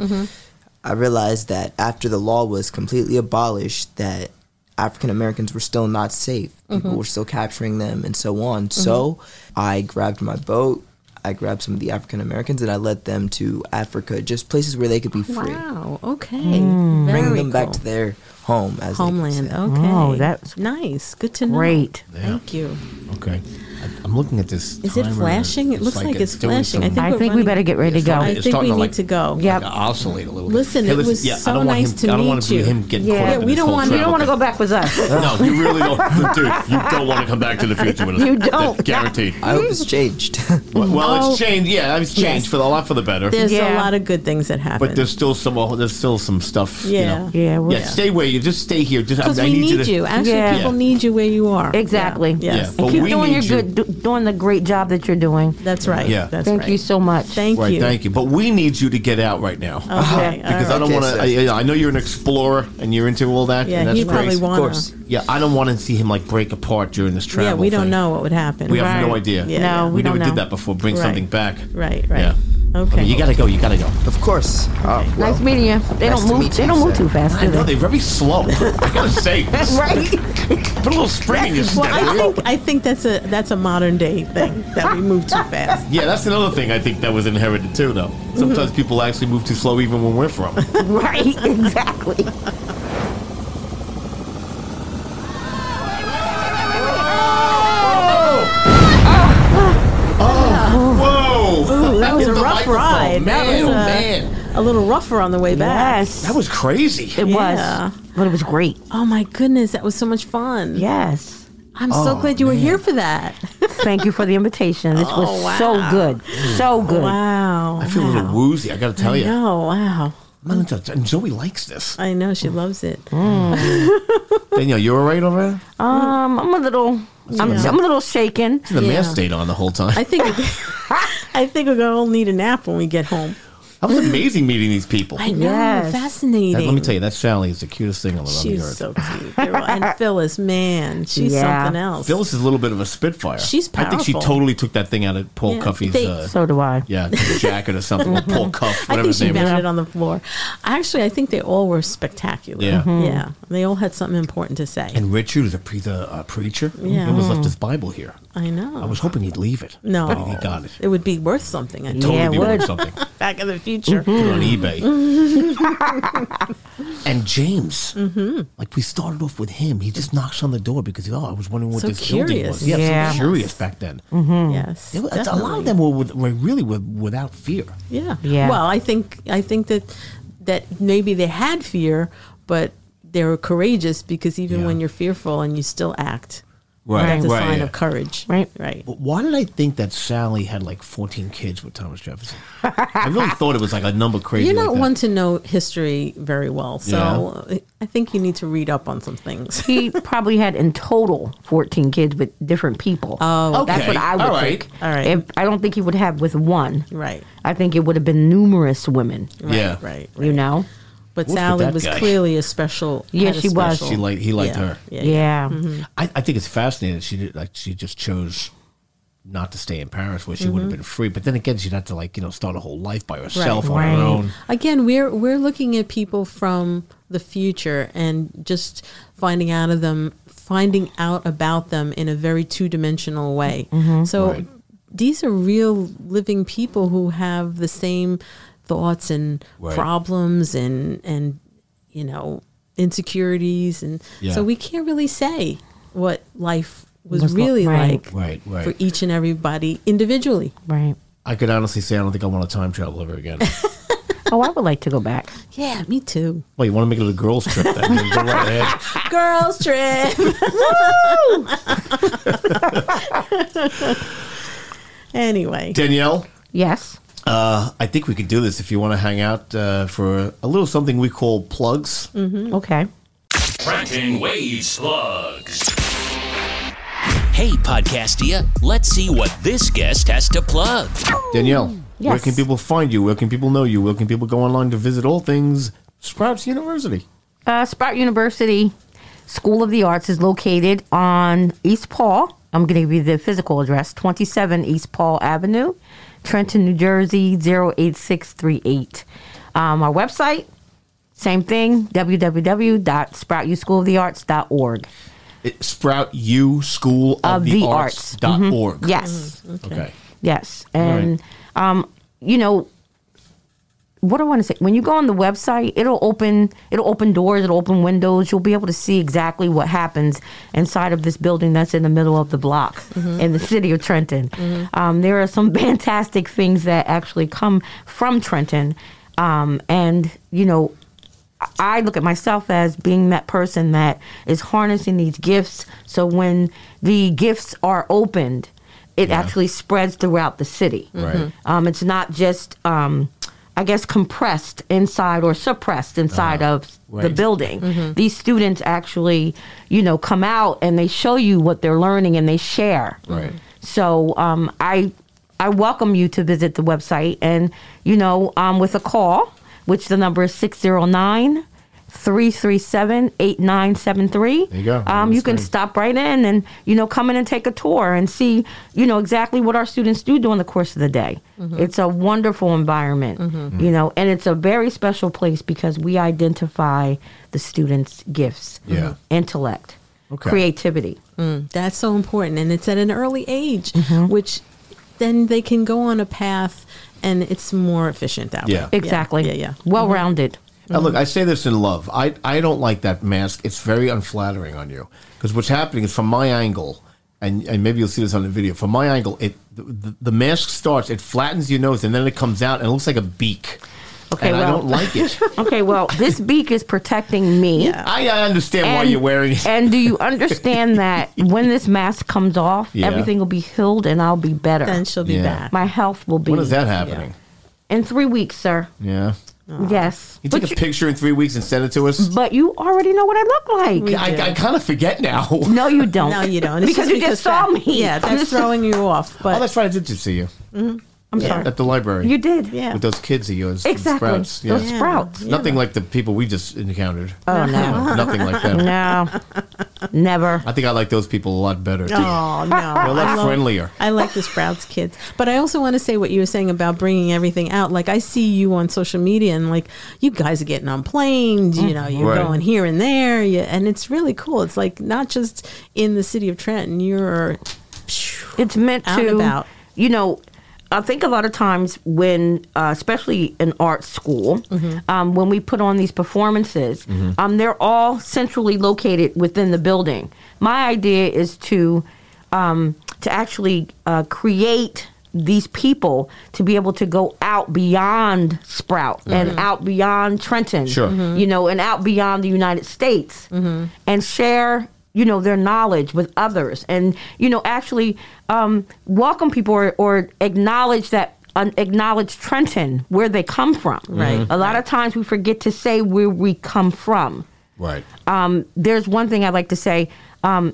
[SPEAKER 11] I realized that after the law was completely abolished, that African Americans were still not safe. People were still capturing them and so on. So I grabbed my boat. I grabbed some of the African Americans and I led them to Africa, just places where they could be free.
[SPEAKER 4] Mm-hmm. Wow. Okay.
[SPEAKER 6] Mm.
[SPEAKER 11] Bringing
[SPEAKER 4] Very
[SPEAKER 11] them back
[SPEAKER 4] cool.
[SPEAKER 11] to their home as they
[SPEAKER 4] homeland.
[SPEAKER 11] say.
[SPEAKER 4] Okay.
[SPEAKER 6] Oh, that's
[SPEAKER 4] nice. Good to know.
[SPEAKER 6] Great.
[SPEAKER 4] Thank you.
[SPEAKER 5] Okay. I, I'm looking at this.
[SPEAKER 4] Is it
[SPEAKER 5] timer.
[SPEAKER 4] flashing? It looks like it's
[SPEAKER 5] doing
[SPEAKER 4] flashing. I
[SPEAKER 5] some-
[SPEAKER 4] think
[SPEAKER 6] I
[SPEAKER 4] we're
[SPEAKER 6] think we
[SPEAKER 4] running-
[SPEAKER 6] better get ready to
[SPEAKER 5] It's
[SPEAKER 6] go.
[SPEAKER 4] I
[SPEAKER 5] It's
[SPEAKER 4] think we
[SPEAKER 5] starting
[SPEAKER 4] need
[SPEAKER 5] to, like-
[SPEAKER 4] to go.
[SPEAKER 6] Yep.
[SPEAKER 5] Like, oscillate a little bit.
[SPEAKER 4] Listen, it was so
[SPEAKER 5] I don't want
[SPEAKER 4] nice
[SPEAKER 5] him,
[SPEAKER 4] to
[SPEAKER 5] I don't want
[SPEAKER 4] meet
[SPEAKER 5] to be
[SPEAKER 4] you.
[SPEAKER 5] him getting
[SPEAKER 6] Yeah.
[SPEAKER 5] caught
[SPEAKER 6] Yeah,
[SPEAKER 5] up in
[SPEAKER 4] we
[SPEAKER 5] this
[SPEAKER 4] don't
[SPEAKER 5] whole
[SPEAKER 4] want-
[SPEAKER 6] You don't want to go
[SPEAKER 5] travel
[SPEAKER 6] back with us.
[SPEAKER 5] thing. [LAUGHS] No, you really don't, dude. You don't want to come back to the future with us.
[SPEAKER 6] You
[SPEAKER 5] That's
[SPEAKER 6] don't.
[SPEAKER 5] guaranteed.
[SPEAKER 11] I hope it's changed.
[SPEAKER 5] [LAUGHS] Well, well, it's changed. Yeah, it's changed for the, a lot for the better.
[SPEAKER 4] Oh. There's
[SPEAKER 6] Yeah.
[SPEAKER 4] a lot of good things that happen.
[SPEAKER 5] but there's still some. uh, There's still some stuff.
[SPEAKER 4] Yeah.
[SPEAKER 5] You know.
[SPEAKER 6] Yeah, we're-
[SPEAKER 5] Yeah. Stay where you. Just stay here. Just I,
[SPEAKER 4] because
[SPEAKER 5] I
[SPEAKER 4] we
[SPEAKER 5] need, you. To,
[SPEAKER 4] Actually,
[SPEAKER 6] Yeah.
[SPEAKER 4] people need you where you are.
[SPEAKER 6] Exactly.
[SPEAKER 4] Yeah. Yes.
[SPEAKER 5] Yeah, but
[SPEAKER 6] Keep
[SPEAKER 5] we
[SPEAKER 6] doing your
[SPEAKER 5] need you.
[SPEAKER 6] good, do, doing the great job that you're doing.
[SPEAKER 4] That's right.
[SPEAKER 5] Yeah.
[SPEAKER 4] That's
[SPEAKER 6] Thank
[SPEAKER 4] right.
[SPEAKER 6] you so much.
[SPEAKER 4] Thank
[SPEAKER 5] Right.
[SPEAKER 4] you.
[SPEAKER 5] Thank you. But we need you to get out right now.
[SPEAKER 4] Okay.
[SPEAKER 5] because I
[SPEAKER 4] all right.
[SPEAKER 5] don't
[SPEAKER 11] Uh-huh. Okay,
[SPEAKER 5] want
[SPEAKER 11] sir.
[SPEAKER 5] to. I, I know you're an explorer and you're into all that.
[SPEAKER 4] Yeah,
[SPEAKER 5] and that's
[SPEAKER 4] you
[SPEAKER 5] great.
[SPEAKER 4] probably
[SPEAKER 11] Of
[SPEAKER 4] want
[SPEAKER 11] course.
[SPEAKER 4] to.
[SPEAKER 5] Yeah, I don't want to see him like break apart during this travel.
[SPEAKER 4] Yeah, we don't
[SPEAKER 5] thing.
[SPEAKER 4] know what would happen.
[SPEAKER 5] We have no
[SPEAKER 6] Right.
[SPEAKER 5] idea.
[SPEAKER 4] Yeah, No, yeah.
[SPEAKER 6] we
[SPEAKER 5] we, never
[SPEAKER 6] don't
[SPEAKER 5] did
[SPEAKER 6] know.
[SPEAKER 5] that before. Bring
[SPEAKER 4] Right.
[SPEAKER 5] something back.
[SPEAKER 4] Right, right.
[SPEAKER 5] Yeah. I
[SPEAKER 4] Okay.
[SPEAKER 5] mean, you gotta go. You gotta go.
[SPEAKER 11] of course. Uh, well,
[SPEAKER 6] Nice meeting you. They
[SPEAKER 11] Nice
[SPEAKER 6] don't
[SPEAKER 11] to
[SPEAKER 6] move.
[SPEAKER 11] meet
[SPEAKER 6] They
[SPEAKER 11] you,
[SPEAKER 6] don't move
[SPEAKER 11] sir.
[SPEAKER 6] too fast.
[SPEAKER 5] I
[SPEAKER 6] Do
[SPEAKER 5] know
[SPEAKER 6] they?
[SPEAKER 5] they're very
[SPEAKER 11] [LAUGHS]
[SPEAKER 5] slow. I gotta say,
[SPEAKER 6] Right.
[SPEAKER 5] put a little spring in your step.
[SPEAKER 4] well, I think I think that's a that's a modern day thing that we move too fast.
[SPEAKER 5] Yeah, that's another thing I think that was inherited too, though.
[SPEAKER 4] Mm-hmm.
[SPEAKER 5] Sometimes people actually move too slow, even when we're from.
[SPEAKER 11] [LAUGHS]
[SPEAKER 6] [LAUGHS] right. Exactly.
[SPEAKER 5] Whoa!
[SPEAKER 4] Ooh, that was
[SPEAKER 5] Hit
[SPEAKER 4] a
[SPEAKER 5] the
[SPEAKER 4] rough
[SPEAKER 5] microphone.
[SPEAKER 4] ride. that
[SPEAKER 5] Man,
[SPEAKER 4] was
[SPEAKER 5] oh,
[SPEAKER 4] a,
[SPEAKER 5] man.
[SPEAKER 4] a little rougher on the way back.
[SPEAKER 6] Yes.
[SPEAKER 5] That was crazy.
[SPEAKER 6] It
[SPEAKER 4] Yeah.
[SPEAKER 6] was. But it was great.
[SPEAKER 4] Oh my goodness, that was so much fun.
[SPEAKER 6] Yes.
[SPEAKER 4] I'm
[SPEAKER 5] Oh,
[SPEAKER 4] so glad you were here for that.
[SPEAKER 6] [LAUGHS] Thank you for the invitation. This was
[SPEAKER 4] Oh,
[SPEAKER 6] so
[SPEAKER 4] wow.
[SPEAKER 6] good. So good.
[SPEAKER 4] Oh, Wow.
[SPEAKER 5] I feel a little woozy. I gotta tell you.
[SPEAKER 4] No, wow.
[SPEAKER 5] Man, it's- and Zoe likes this.
[SPEAKER 4] I know she loves it.
[SPEAKER 5] [LAUGHS] Danielle, you all right over there?
[SPEAKER 6] Mm. Um, I'm a little. I'm, I'm a little shaken.
[SPEAKER 5] The
[SPEAKER 4] Yeah. [LAUGHS]
[SPEAKER 5] mask stayed on the whole time.
[SPEAKER 4] I think I think we're gonna all need a nap when we get home.
[SPEAKER 5] That was amazing meeting these people.
[SPEAKER 4] I know, Yes. fascinating.
[SPEAKER 5] That- let me tell you, that Sally is the cutest thing on the
[SPEAKER 4] She's
[SPEAKER 5] earth.
[SPEAKER 4] so cute. They're all-
[SPEAKER 5] [LAUGHS]
[SPEAKER 4] and Phyllis, man, she's
[SPEAKER 5] Yeah.
[SPEAKER 4] something else.
[SPEAKER 5] Phyllis is a little bit of a spitfire.
[SPEAKER 4] She's
[SPEAKER 5] I think she
[SPEAKER 4] powerful.
[SPEAKER 5] totally took that thing out of Paul
[SPEAKER 4] Yeah,
[SPEAKER 5] Cuffy's.
[SPEAKER 4] they-
[SPEAKER 5] uh,
[SPEAKER 4] So
[SPEAKER 6] do I.
[SPEAKER 5] Yeah, jacket
[SPEAKER 4] [LAUGHS]
[SPEAKER 5] or something. or Paul Cuff,
[SPEAKER 4] I
[SPEAKER 5] whatever
[SPEAKER 4] think
[SPEAKER 5] his
[SPEAKER 4] she
[SPEAKER 5] name
[SPEAKER 4] bounded
[SPEAKER 5] is.
[SPEAKER 4] on the floor. Actually, I think they all were spectacular.
[SPEAKER 5] Yeah.
[SPEAKER 6] Mm-hmm.
[SPEAKER 5] Mhm.
[SPEAKER 4] yeah, they all had something important to say.
[SPEAKER 5] And Richard is a, pre- the, uh, preacher.
[SPEAKER 4] Yeah.
[SPEAKER 5] He almost left
[SPEAKER 4] Mm.
[SPEAKER 5] his Bible here.
[SPEAKER 4] I know.
[SPEAKER 5] I was hoping he'd leave it.
[SPEAKER 4] No.
[SPEAKER 5] But he got it.
[SPEAKER 4] It would be worth something. I
[SPEAKER 5] It'd totally Yeah, it be
[SPEAKER 4] [LAUGHS]
[SPEAKER 5] worth would. something.
[SPEAKER 4] Back in the future.
[SPEAKER 5] Put it on eBay.
[SPEAKER 4] [LAUGHS]
[SPEAKER 5] And James,
[SPEAKER 4] hmm
[SPEAKER 5] like we started off with him, he just knocks on the door because, oh, I was wondering what
[SPEAKER 4] So
[SPEAKER 5] this building
[SPEAKER 4] curious.
[SPEAKER 5] was. Yeah,
[SPEAKER 4] Yeah. Mm-hmm.
[SPEAKER 5] so curious back then.
[SPEAKER 6] Mm-hmm.
[SPEAKER 4] Yes.
[SPEAKER 5] They were- a lot
[SPEAKER 4] definitely.
[SPEAKER 5] of them were, with, were really with, without fear.
[SPEAKER 4] Yeah.
[SPEAKER 5] Yeah.
[SPEAKER 4] Well, I think I think that that maybe they had fear, but they were courageous because even when you're fearful and you still act,
[SPEAKER 5] Right,
[SPEAKER 4] that's a
[SPEAKER 5] right,
[SPEAKER 4] sign
[SPEAKER 5] yeah.
[SPEAKER 4] of courage.
[SPEAKER 6] Right.
[SPEAKER 4] Right.
[SPEAKER 5] But why did I think that Sally had like 14 kids with Thomas Jefferson? I really
[SPEAKER 4] [LAUGHS]
[SPEAKER 5] thought it was like a number crazy.
[SPEAKER 4] Ah. You're not
[SPEAKER 5] like that.
[SPEAKER 4] one to know history very well, so I think you need to read up on some things.
[SPEAKER 6] he probably had in total 14 kids with different people.
[SPEAKER 4] Oh,
[SPEAKER 6] that's
[SPEAKER 4] Okay.
[SPEAKER 6] what I would
[SPEAKER 4] All right.
[SPEAKER 6] think.
[SPEAKER 4] All right.
[SPEAKER 6] If, I don't think he would have with one.
[SPEAKER 4] Right.
[SPEAKER 6] I think it would have been numerous women.
[SPEAKER 4] Right, Yeah. right,
[SPEAKER 6] You know?
[SPEAKER 4] But Sally was clearly a special.
[SPEAKER 6] Yeah,
[SPEAKER 4] had a
[SPEAKER 6] she was.
[SPEAKER 4] special-
[SPEAKER 5] She liked he liked
[SPEAKER 4] Yeah,
[SPEAKER 5] her.
[SPEAKER 4] Yeah. Mm-hmm.
[SPEAKER 6] Yeah.
[SPEAKER 5] I, I think it's fascinating. that She did, like she just chose not to stay in Paris where she would have
[SPEAKER 4] Mhm.
[SPEAKER 5] been free. But then again, she'd have to like you know start a whole life by herself on
[SPEAKER 4] Right.
[SPEAKER 5] her own.
[SPEAKER 4] Again, we're we're looking at people from the future and just finding out of them, finding out about them in a very two dimensional way.
[SPEAKER 6] Mhm.
[SPEAKER 4] So
[SPEAKER 6] Right.
[SPEAKER 8] [LAUGHS]
[SPEAKER 4] these are real living people who have the same thoughts and
[SPEAKER 6] Right.
[SPEAKER 4] problems and and you know insecurities and
[SPEAKER 6] Yeah.
[SPEAKER 4] so we can't really say what life was,
[SPEAKER 6] Was lo-
[SPEAKER 4] really
[SPEAKER 6] right.
[SPEAKER 4] like
[SPEAKER 5] Right, right.
[SPEAKER 4] for each and everybody individually.
[SPEAKER 6] Right.
[SPEAKER 5] I could honestly say I don't think I want to time travel ever again.
[SPEAKER 6] Oh, I would [LAUGHS] like to go back.
[SPEAKER 4] Yeah, me too.
[SPEAKER 5] well, you want to make it a girls trip then? Then
[SPEAKER 6] [LAUGHS]
[SPEAKER 5] go right ahead.
[SPEAKER 4] Girls trip. [LAUGHS] anyway.
[SPEAKER 5] Danielle.
[SPEAKER 6] Yes.
[SPEAKER 5] Uh, I think we could do this if you want to hang out uh, for a little something we call plugs.
[SPEAKER 6] Mm-hmm. Okay.
[SPEAKER 12] Franklin Waves plugs.
[SPEAKER 13] Hey, Podcastia, let's see what this guest has to plug.
[SPEAKER 5] Danielle, where
[SPEAKER 13] Yes.
[SPEAKER 5] can people find you? Where can people know you? Where can people go online to visit all things Sprouts University?
[SPEAKER 6] Uh, Sprout University School of the Arts is located on East Paul. I'm going to give you the physical address 27 East Paul Avenue, Trenton, New Jersey 08638. Um, our website, same thing, www.sproutuschoolofthearts.org.
[SPEAKER 5] It, Sprout U School
[SPEAKER 6] Uh,
[SPEAKER 5] of, the, Arts, dot
[SPEAKER 6] Mhm.
[SPEAKER 5] org. Mm-hmm.
[SPEAKER 6] Yes.
[SPEAKER 5] Mm, Okay.
[SPEAKER 6] Yes. And, um, you know, what do I want to say? When you go on the website, it'll open it'll open doors, it'll open windows. You'll be able to see exactly what happens inside of this building that's in the middle of the block
[SPEAKER 14] Mhm.
[SPEAKER 6] in the city of Trenton.
[SPEAKER 8] Mm-hmm.
[SPEAKER 4] Mm-hmm.
[SPEAKER 14] Mhm.
[SPEAKER 6] Um, there are some [LAUGHS] fantastic things that actually come from Trenton, um, and you know. I- I look at myself as being that person that is harnessing these gifts. So when the gifts are opened, it actually spreads throughout the city.
[SPEAKER 14] Right.
[SPEAKER 6] Um, it's not just, um, I guess, compressed inside or suppressed inside of the
[SPEAKER 14] Uh-huh. right.
[SPEAKER 6] building.
[SPEAKER 14] Mhm.
[SPEAKER 6] These students actually, you know, come out and they show you what they're learning and they share.
[SPEAKER 14] Right.
[SPEAKER 6] So um, I I welcome you to visit the website and you know um, with a call, which the number is 609 337 8973.
[SPEAKER 14] There you go.
[SPEAKER 6] Um, you can stop right in and, you know, come in and take a tour and see, you know, exactly what our students do during the course of the day.
[SPEAKER 14] Mhm.
[SPEAKER 6] It's a wonderful environment,
[SPEAKER 14] Mhm.
[SPEAKER 6] you know, and it's a very special place because we identify the students' gifts,
[SPEAKER 14] Yeah.
[SPEAKER 6] intellect, creativity.
[SPEAKER 4] Mm, that's so important. And it's at an early age,
[SPEAKER 6] Mm-hmm.
[SPEAKER 4] which then they can go on a path and it's more efficient that
[SPEAKER 5] Yeah.
[SPEAKER 4] way.
[SPEAKER 6] Exactly.
[SPEAKER 4] Yeah, yeah.
[SPEAKER 6] Well rounded.
[SPEAKER 5] Now, look, I say this in love. I, I don't like that mask. It's very unflattering on you. Because what's happening is from my angle, and, and maybe you'll see this on the video, from my angle, it the, the, the mask starts, it flattens your nose, and then it comes out and it looks like a beak. and I don't
[SPEAKER 6] [LAUGHS]
[SPEAKER 5] like it.
[SPEAKER 6] okay, well, this beak is protecting me.
[SPEAKER 5] I, I understand why
[SPEAKER 6] And-
[SPEAKER 5] you're wearing it.
[SPEAKER 6] and do you understand
[SPEAKER 5] [LAUGHS]
[SPEAKER 6] that when this mask comes off,
[SPEAKER 5] Yeah.
[SPEAKER 6] everything will be healed and I'll be better?
[SPEAKER 4] Then she'll be Yeah. back.
[SPEAKER 6] My health will be.
[SPEAKER 5] When is that happening?
[SPEAKER 6] In three weeks, sir.
[SPEAKER 5] Yeah.
[SPEAKER 6] Yes.
[SPEAKER 5] You take a picture in three weeks and send it to us?
[SPEAKER 6] But you already know what I look like.
[SPEAKER 5] I, I, kind of forget now.
[SPEAKER 6] no,
[SPEAKER 5] [LAUGHS]
[SPEAKER 6] you don't.
[SPEAKER 4] No, you don't. It's
[SPEAKER 6] because
[SPEAKER 4] just
[SPEAKER 6] you just
[SPEAKER 4] because
[SPEAKER 6] saw [LAUGHS]
[SPEAKER 4] that-
[SPEAKER 6] me.
[SPEAKER 4] yeah, that's throwing you off. But
[SPEAKER 5] oh, that's right. I did just see you.
[SPEAKER 4] Mhm.
[SPEAKER 6] I'm
[SPEAKER 5] Yeah.
[SPEAKER 6] sorry.
[SPEAKER 5] At the library.
[SPEAKER 6] You did. Yeah.
[SPEAKER 5] With those kids of yours. from
[SPEAKER 6] Exactly.
[SPEAKER 5] Sprouts.
[SPEAKER 6] Those Sprouts. Yeah.
[SPEAKER 5] Nothing like the people we just encountered.
[SPEAKER 6] Oh, no.
[SPEAKER 5] [LAUGHS] Nothing like them.
[SPEAKER 6] No, never.
[SPEAKER 5] I think I like those people a lot better. too. [LAUGHS]
[SPEAKER 4] Oh no,
[SPEAKER 5] They're a
[SPEAKER 4] I
[SPEAKER 5] lot
[SPEAKER 4] love-
[SPEAKER 5] friendlier.
[SPEAKER 4] I like the Sprouts kids, but I also want to say what you were saying about bringing everything out. Like I see you on social media, and like you guys are getting on planes. You know, you're
[SPEAKER 14] Right.
[SPEAKER 4] going here and there, you, and it's really cool. It's like not just in the city of Trenton. You're
[SPEAKER 6] it's meant
[SPEAKER 4] out
[SPEAKER 6] to
[SPEAKER 4] and about.
[SPEAKER 6] you know i think a lot of times when uh, especially in art school
[SPEAKER 4] Mm-hmm.
[SPEAKER 6] um, when we put on these performances
[SPEAKER 14] Mhm.
[SPEAKER 6] um, they're all centrally located within the building my idea is to um, to actually uh, create these people to be able to go out beyond Sprout
[SPEAKER 14] Mhm.
[SPEAKER 4] Mm-hmm.
[SPEAKER 6] and out beyond Trenton,
[SPEAKER 14] Sure. Mhm.
[SPEAKER 6] you know, and out beyond the United States
[SPEAKER 14] Mm-hmm.
[SPEAKER 6] and share you know their knowledge with others and you know actually um, welcome people or, or acknowledge that un- acknowledge trenton where they come from
[SPEAKER 14] Right. Mhm.
[SPEAKER 6] a lot of times we forget to say where we come from
[SPEAKER 5] Right.
[SPEAKER 6] um, there's one thing i'd like to say um,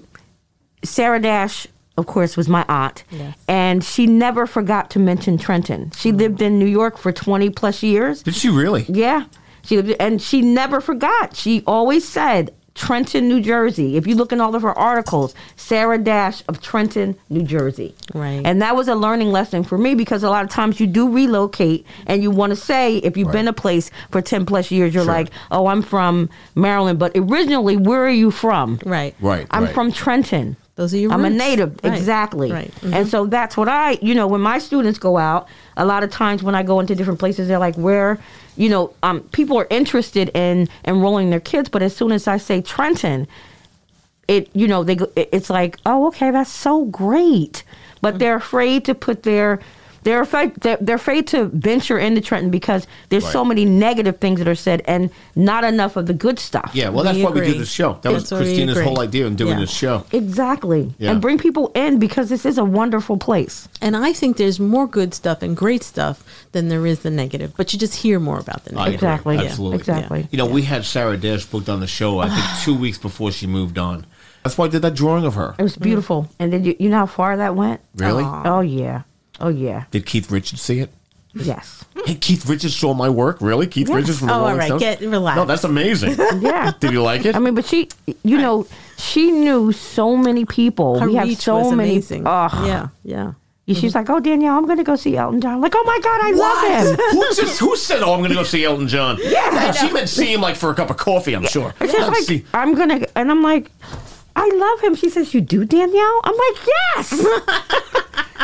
[SPEAKER 6] sarah dash of course was my aunt and she never forgot to mention trenton
[SPEAKER 4] Mm.
[SPEAKER 6] she lived in new york for 20 plus years
[SPEAKER 5] Did she really?
[SPEAKER 6] yeah. She lived, and she never forgot. She always said Trenton, New Jersey. If you look in all of her articles, Sarah Dash of Trenton, New Jersey.
[SPEAKER 4] Right.
[SPEAKER 6] And that was a learning lesson for me because a lot of times you do relocate and you want to say if you've been a place for 10 plus years you're like, "Oh, I'm from Maryland, but originally where are you from?"
[SPEAKER 4] Right.
[SPEAKER 5] Right,
[SPEAKER 6] I'm
[SPEAKER 5] right.
[SPEAKER 6] from Trenton.
[SPEAKER 4] Those are your
[SPEAKER 6] I'm a
[SPEAKER 4] roots.
[SPEAKER 6] native,
[SPEAKER 4] Right,
[SPEAKER 6] exactly.
[SPEAKER 4] right.
[SPEAKER 6] And so that's what I, you know, when my students go out, a lot of times when I go into different places, they're like, where, you know, um, people are interested in enrolling their kids, but as soon as I say Trenton, it, you know, they, go, it- it's like, oh, okay, that's so great, but they're afraid to put their, they're afraid, they're, they're afraid to venture into Trenton because there's so
[SPEAKER 5] Right.
[SPEAKER 6] many negative things that are said and not enough of the good stuff.
[SPEAKER 5] Yeah, well, that's why we did this show. That was
[SPEAKER 6] That's why we
[SPEAKER 5] Christina's
[SPEAKER 6] agree.
[SPEAKER 5] whole idea in doing
[SPEAKER 6] Yeah.
[SPEAKER 5] this show.
[SPEAKER 6] Exactly.
[SPEAKER 5] Yeah.
[SPEAKER 6] And bring people in because this is a wonderful place.
[SPEAKER 4] And I think there's more good stuff and great stuff than there is the negative, but you just hear more about the
[SPEAKER 5] I
[SPEAKER 4] negative.
[SPEAKER 5] agree. Absolutely. You know, we had Sarah Dash booked on the show, I
[SPEAKER 6] [SIGHS]
[SPEAKER 5] think, two weeks before she moved on. That's why I did that drawing of her.
[SPEAKER 6] It was beautiful. And then you, you know how far that went?
[SPEAKER 5] Hmm. Really?
[SPEAKER 6] Oh, yeah. Oh yeah.
[SPEAKER 5] Did Keith Richards see it?
[SPEAKER 6] Yes.
[SPEAKER 5] Hey, Keith Richards saw my work? Really? Keith
[SPEAKER 6] Yes.
[SPEAKER 5] Richards from the
[SPEAKER 6] Oh, all
[SPEAKER 5] Rolling
[SPEAKER 6] right,
[SPEAKER 5] Stones?
[SPEAKER 6] get- relax.
[SPEAKER 5] No, that's amazing.
[SPEAKER 6] [LAUGHS] yeah.
[SPEAKER 5] Did you like it?
[SPEAKER 6] I mean, but she, you know, she knew so many people.
[SPEAKER 4] Her
[SPEAKER 6] we have
[SPEAKER 4] reach
[SPEAKER 6] so
[SPEAKER 4] was
[SPEAKER 6] many.
[SPEAKER 4] amazing.
[SPEAKER 6] Ugh.
[SPEAKER 4] Yeah, Mm-hmm. yeah.
[SPEAKER 6] Yeah, She's like, oh Danielle, I'm gonna go see Elton John. Like, oh my God, I love him.
[SPEAKER 5] who, just, who said, oh, I'm going to go see Elton John?
[SPEAKER 6] Yeah.
[SPEAKER 5] And she meant see him like for a cup of coffee, I'm sure.
[SPEAKER 6] It's just
[SPEAKER 5] Not
[SPEAKER 6] like
[SPEAKER 5] see-
[SPEAKER 6] I'm gonna, and I'm like, I love him. She says, "You do, Danielle." I'm like, "Yes." [LAUGHS]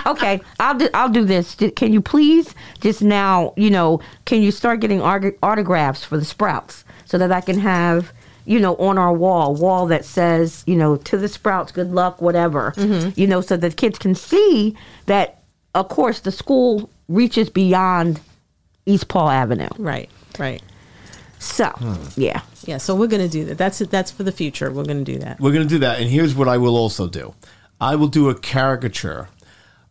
[SPEAKER 6] okay, I'll do. I'll do this. D- Can you please just now? You know, can you start getting arg- autographs for the Sprouts so that I can have. You know, on our wall, wall that says, you know, to the sprouts, good luck, whatever.
[SPEAKER 5] Mm-hmm.
[SPEAKER 14] Mhm.
[SPEAKER 6] You know, so that kids can see that, of course, the school reaches beyond East Paul Avenue.
[SPEAKER 4] Right, right.
[SPEAKER 6] So, yeah.
[SPEAKER 4] Yeah, so we're going to do that. That's that's for the future. We're going to do that.
[SPEAKER 5] We're going to do that. And here's what I will also do I will do a caricature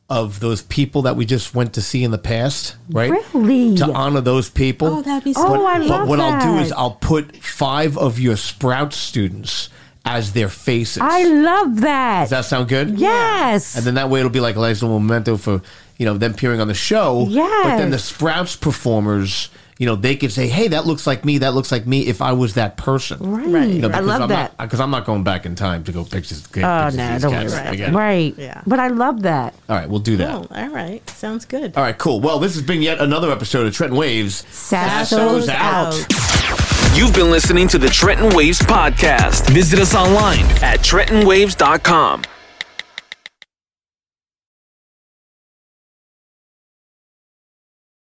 [SPEAKER 5] of those people that we just went to see in the past, right?
[SPEAKER 6] Really?
[SPEAKER 5] To honor those people.
[SPEAKER 4] Oh, that'd be so
[SPEAKER 5] But,
[SPEAKER 4] Oh, I
[SPEAKER 5] but
[SPEAKER 4] love
[SPEAKER 5] what I'll do is
[SPEAKER 4] that.
[SPEAKER 5] I'll put five of your Sprout students as their faces.
[SPEAKER 6] I love that.
[SPEAKER 5] Does that sound good?
[SPEAKER 6] Yes.
[SPEAKER 5] And then that way it'll be like a nice little memento for, you know, them appearing on the show. But then the
[SPEAKER 6] Yes.
[SPEAKER 5] Sprouts performers, you know, they could say, hey, that looks like me. That looks like me if I was that person.
[SPEAKER 6] Right. Right.
[SPEAKER 5] You know,
[SPEAKER 6] I
[SPEAKER 5] because
[SPEAKER 6] love
[SPEAKER 5] I'm
[SPEAKER 6] that.
[SPEAKER 5] Because I'm not going back in time to go pictures. get
[SPEAKER 6] Oh
[SPEAKER 5] pictures of
[SPEAKER 6] no,
[SPEAKER 5] these
[SPEAKER 6] don't worry
[SPEAKER 5] cats.
[SPEAKER 6] about
[SPEAKER 5] I
[SPEAKER 6] it.
[SPEAKER 5] get it.
[SPEAKER 6] Right. Yeah. But I love that.
[SPEAKER 5] All right, we'll do that.
[SPEAKER 4] Oh, all right. Sounds good.
[SPEAKER 5] All right, cool. Well, this has been yet another episode of Trenton Waves.
[SPEAKER 4] Sasso's out.
[SPEAKER 1] You've been listening to the Trenton Waves podcast. Visit us online at trentonwaves.com.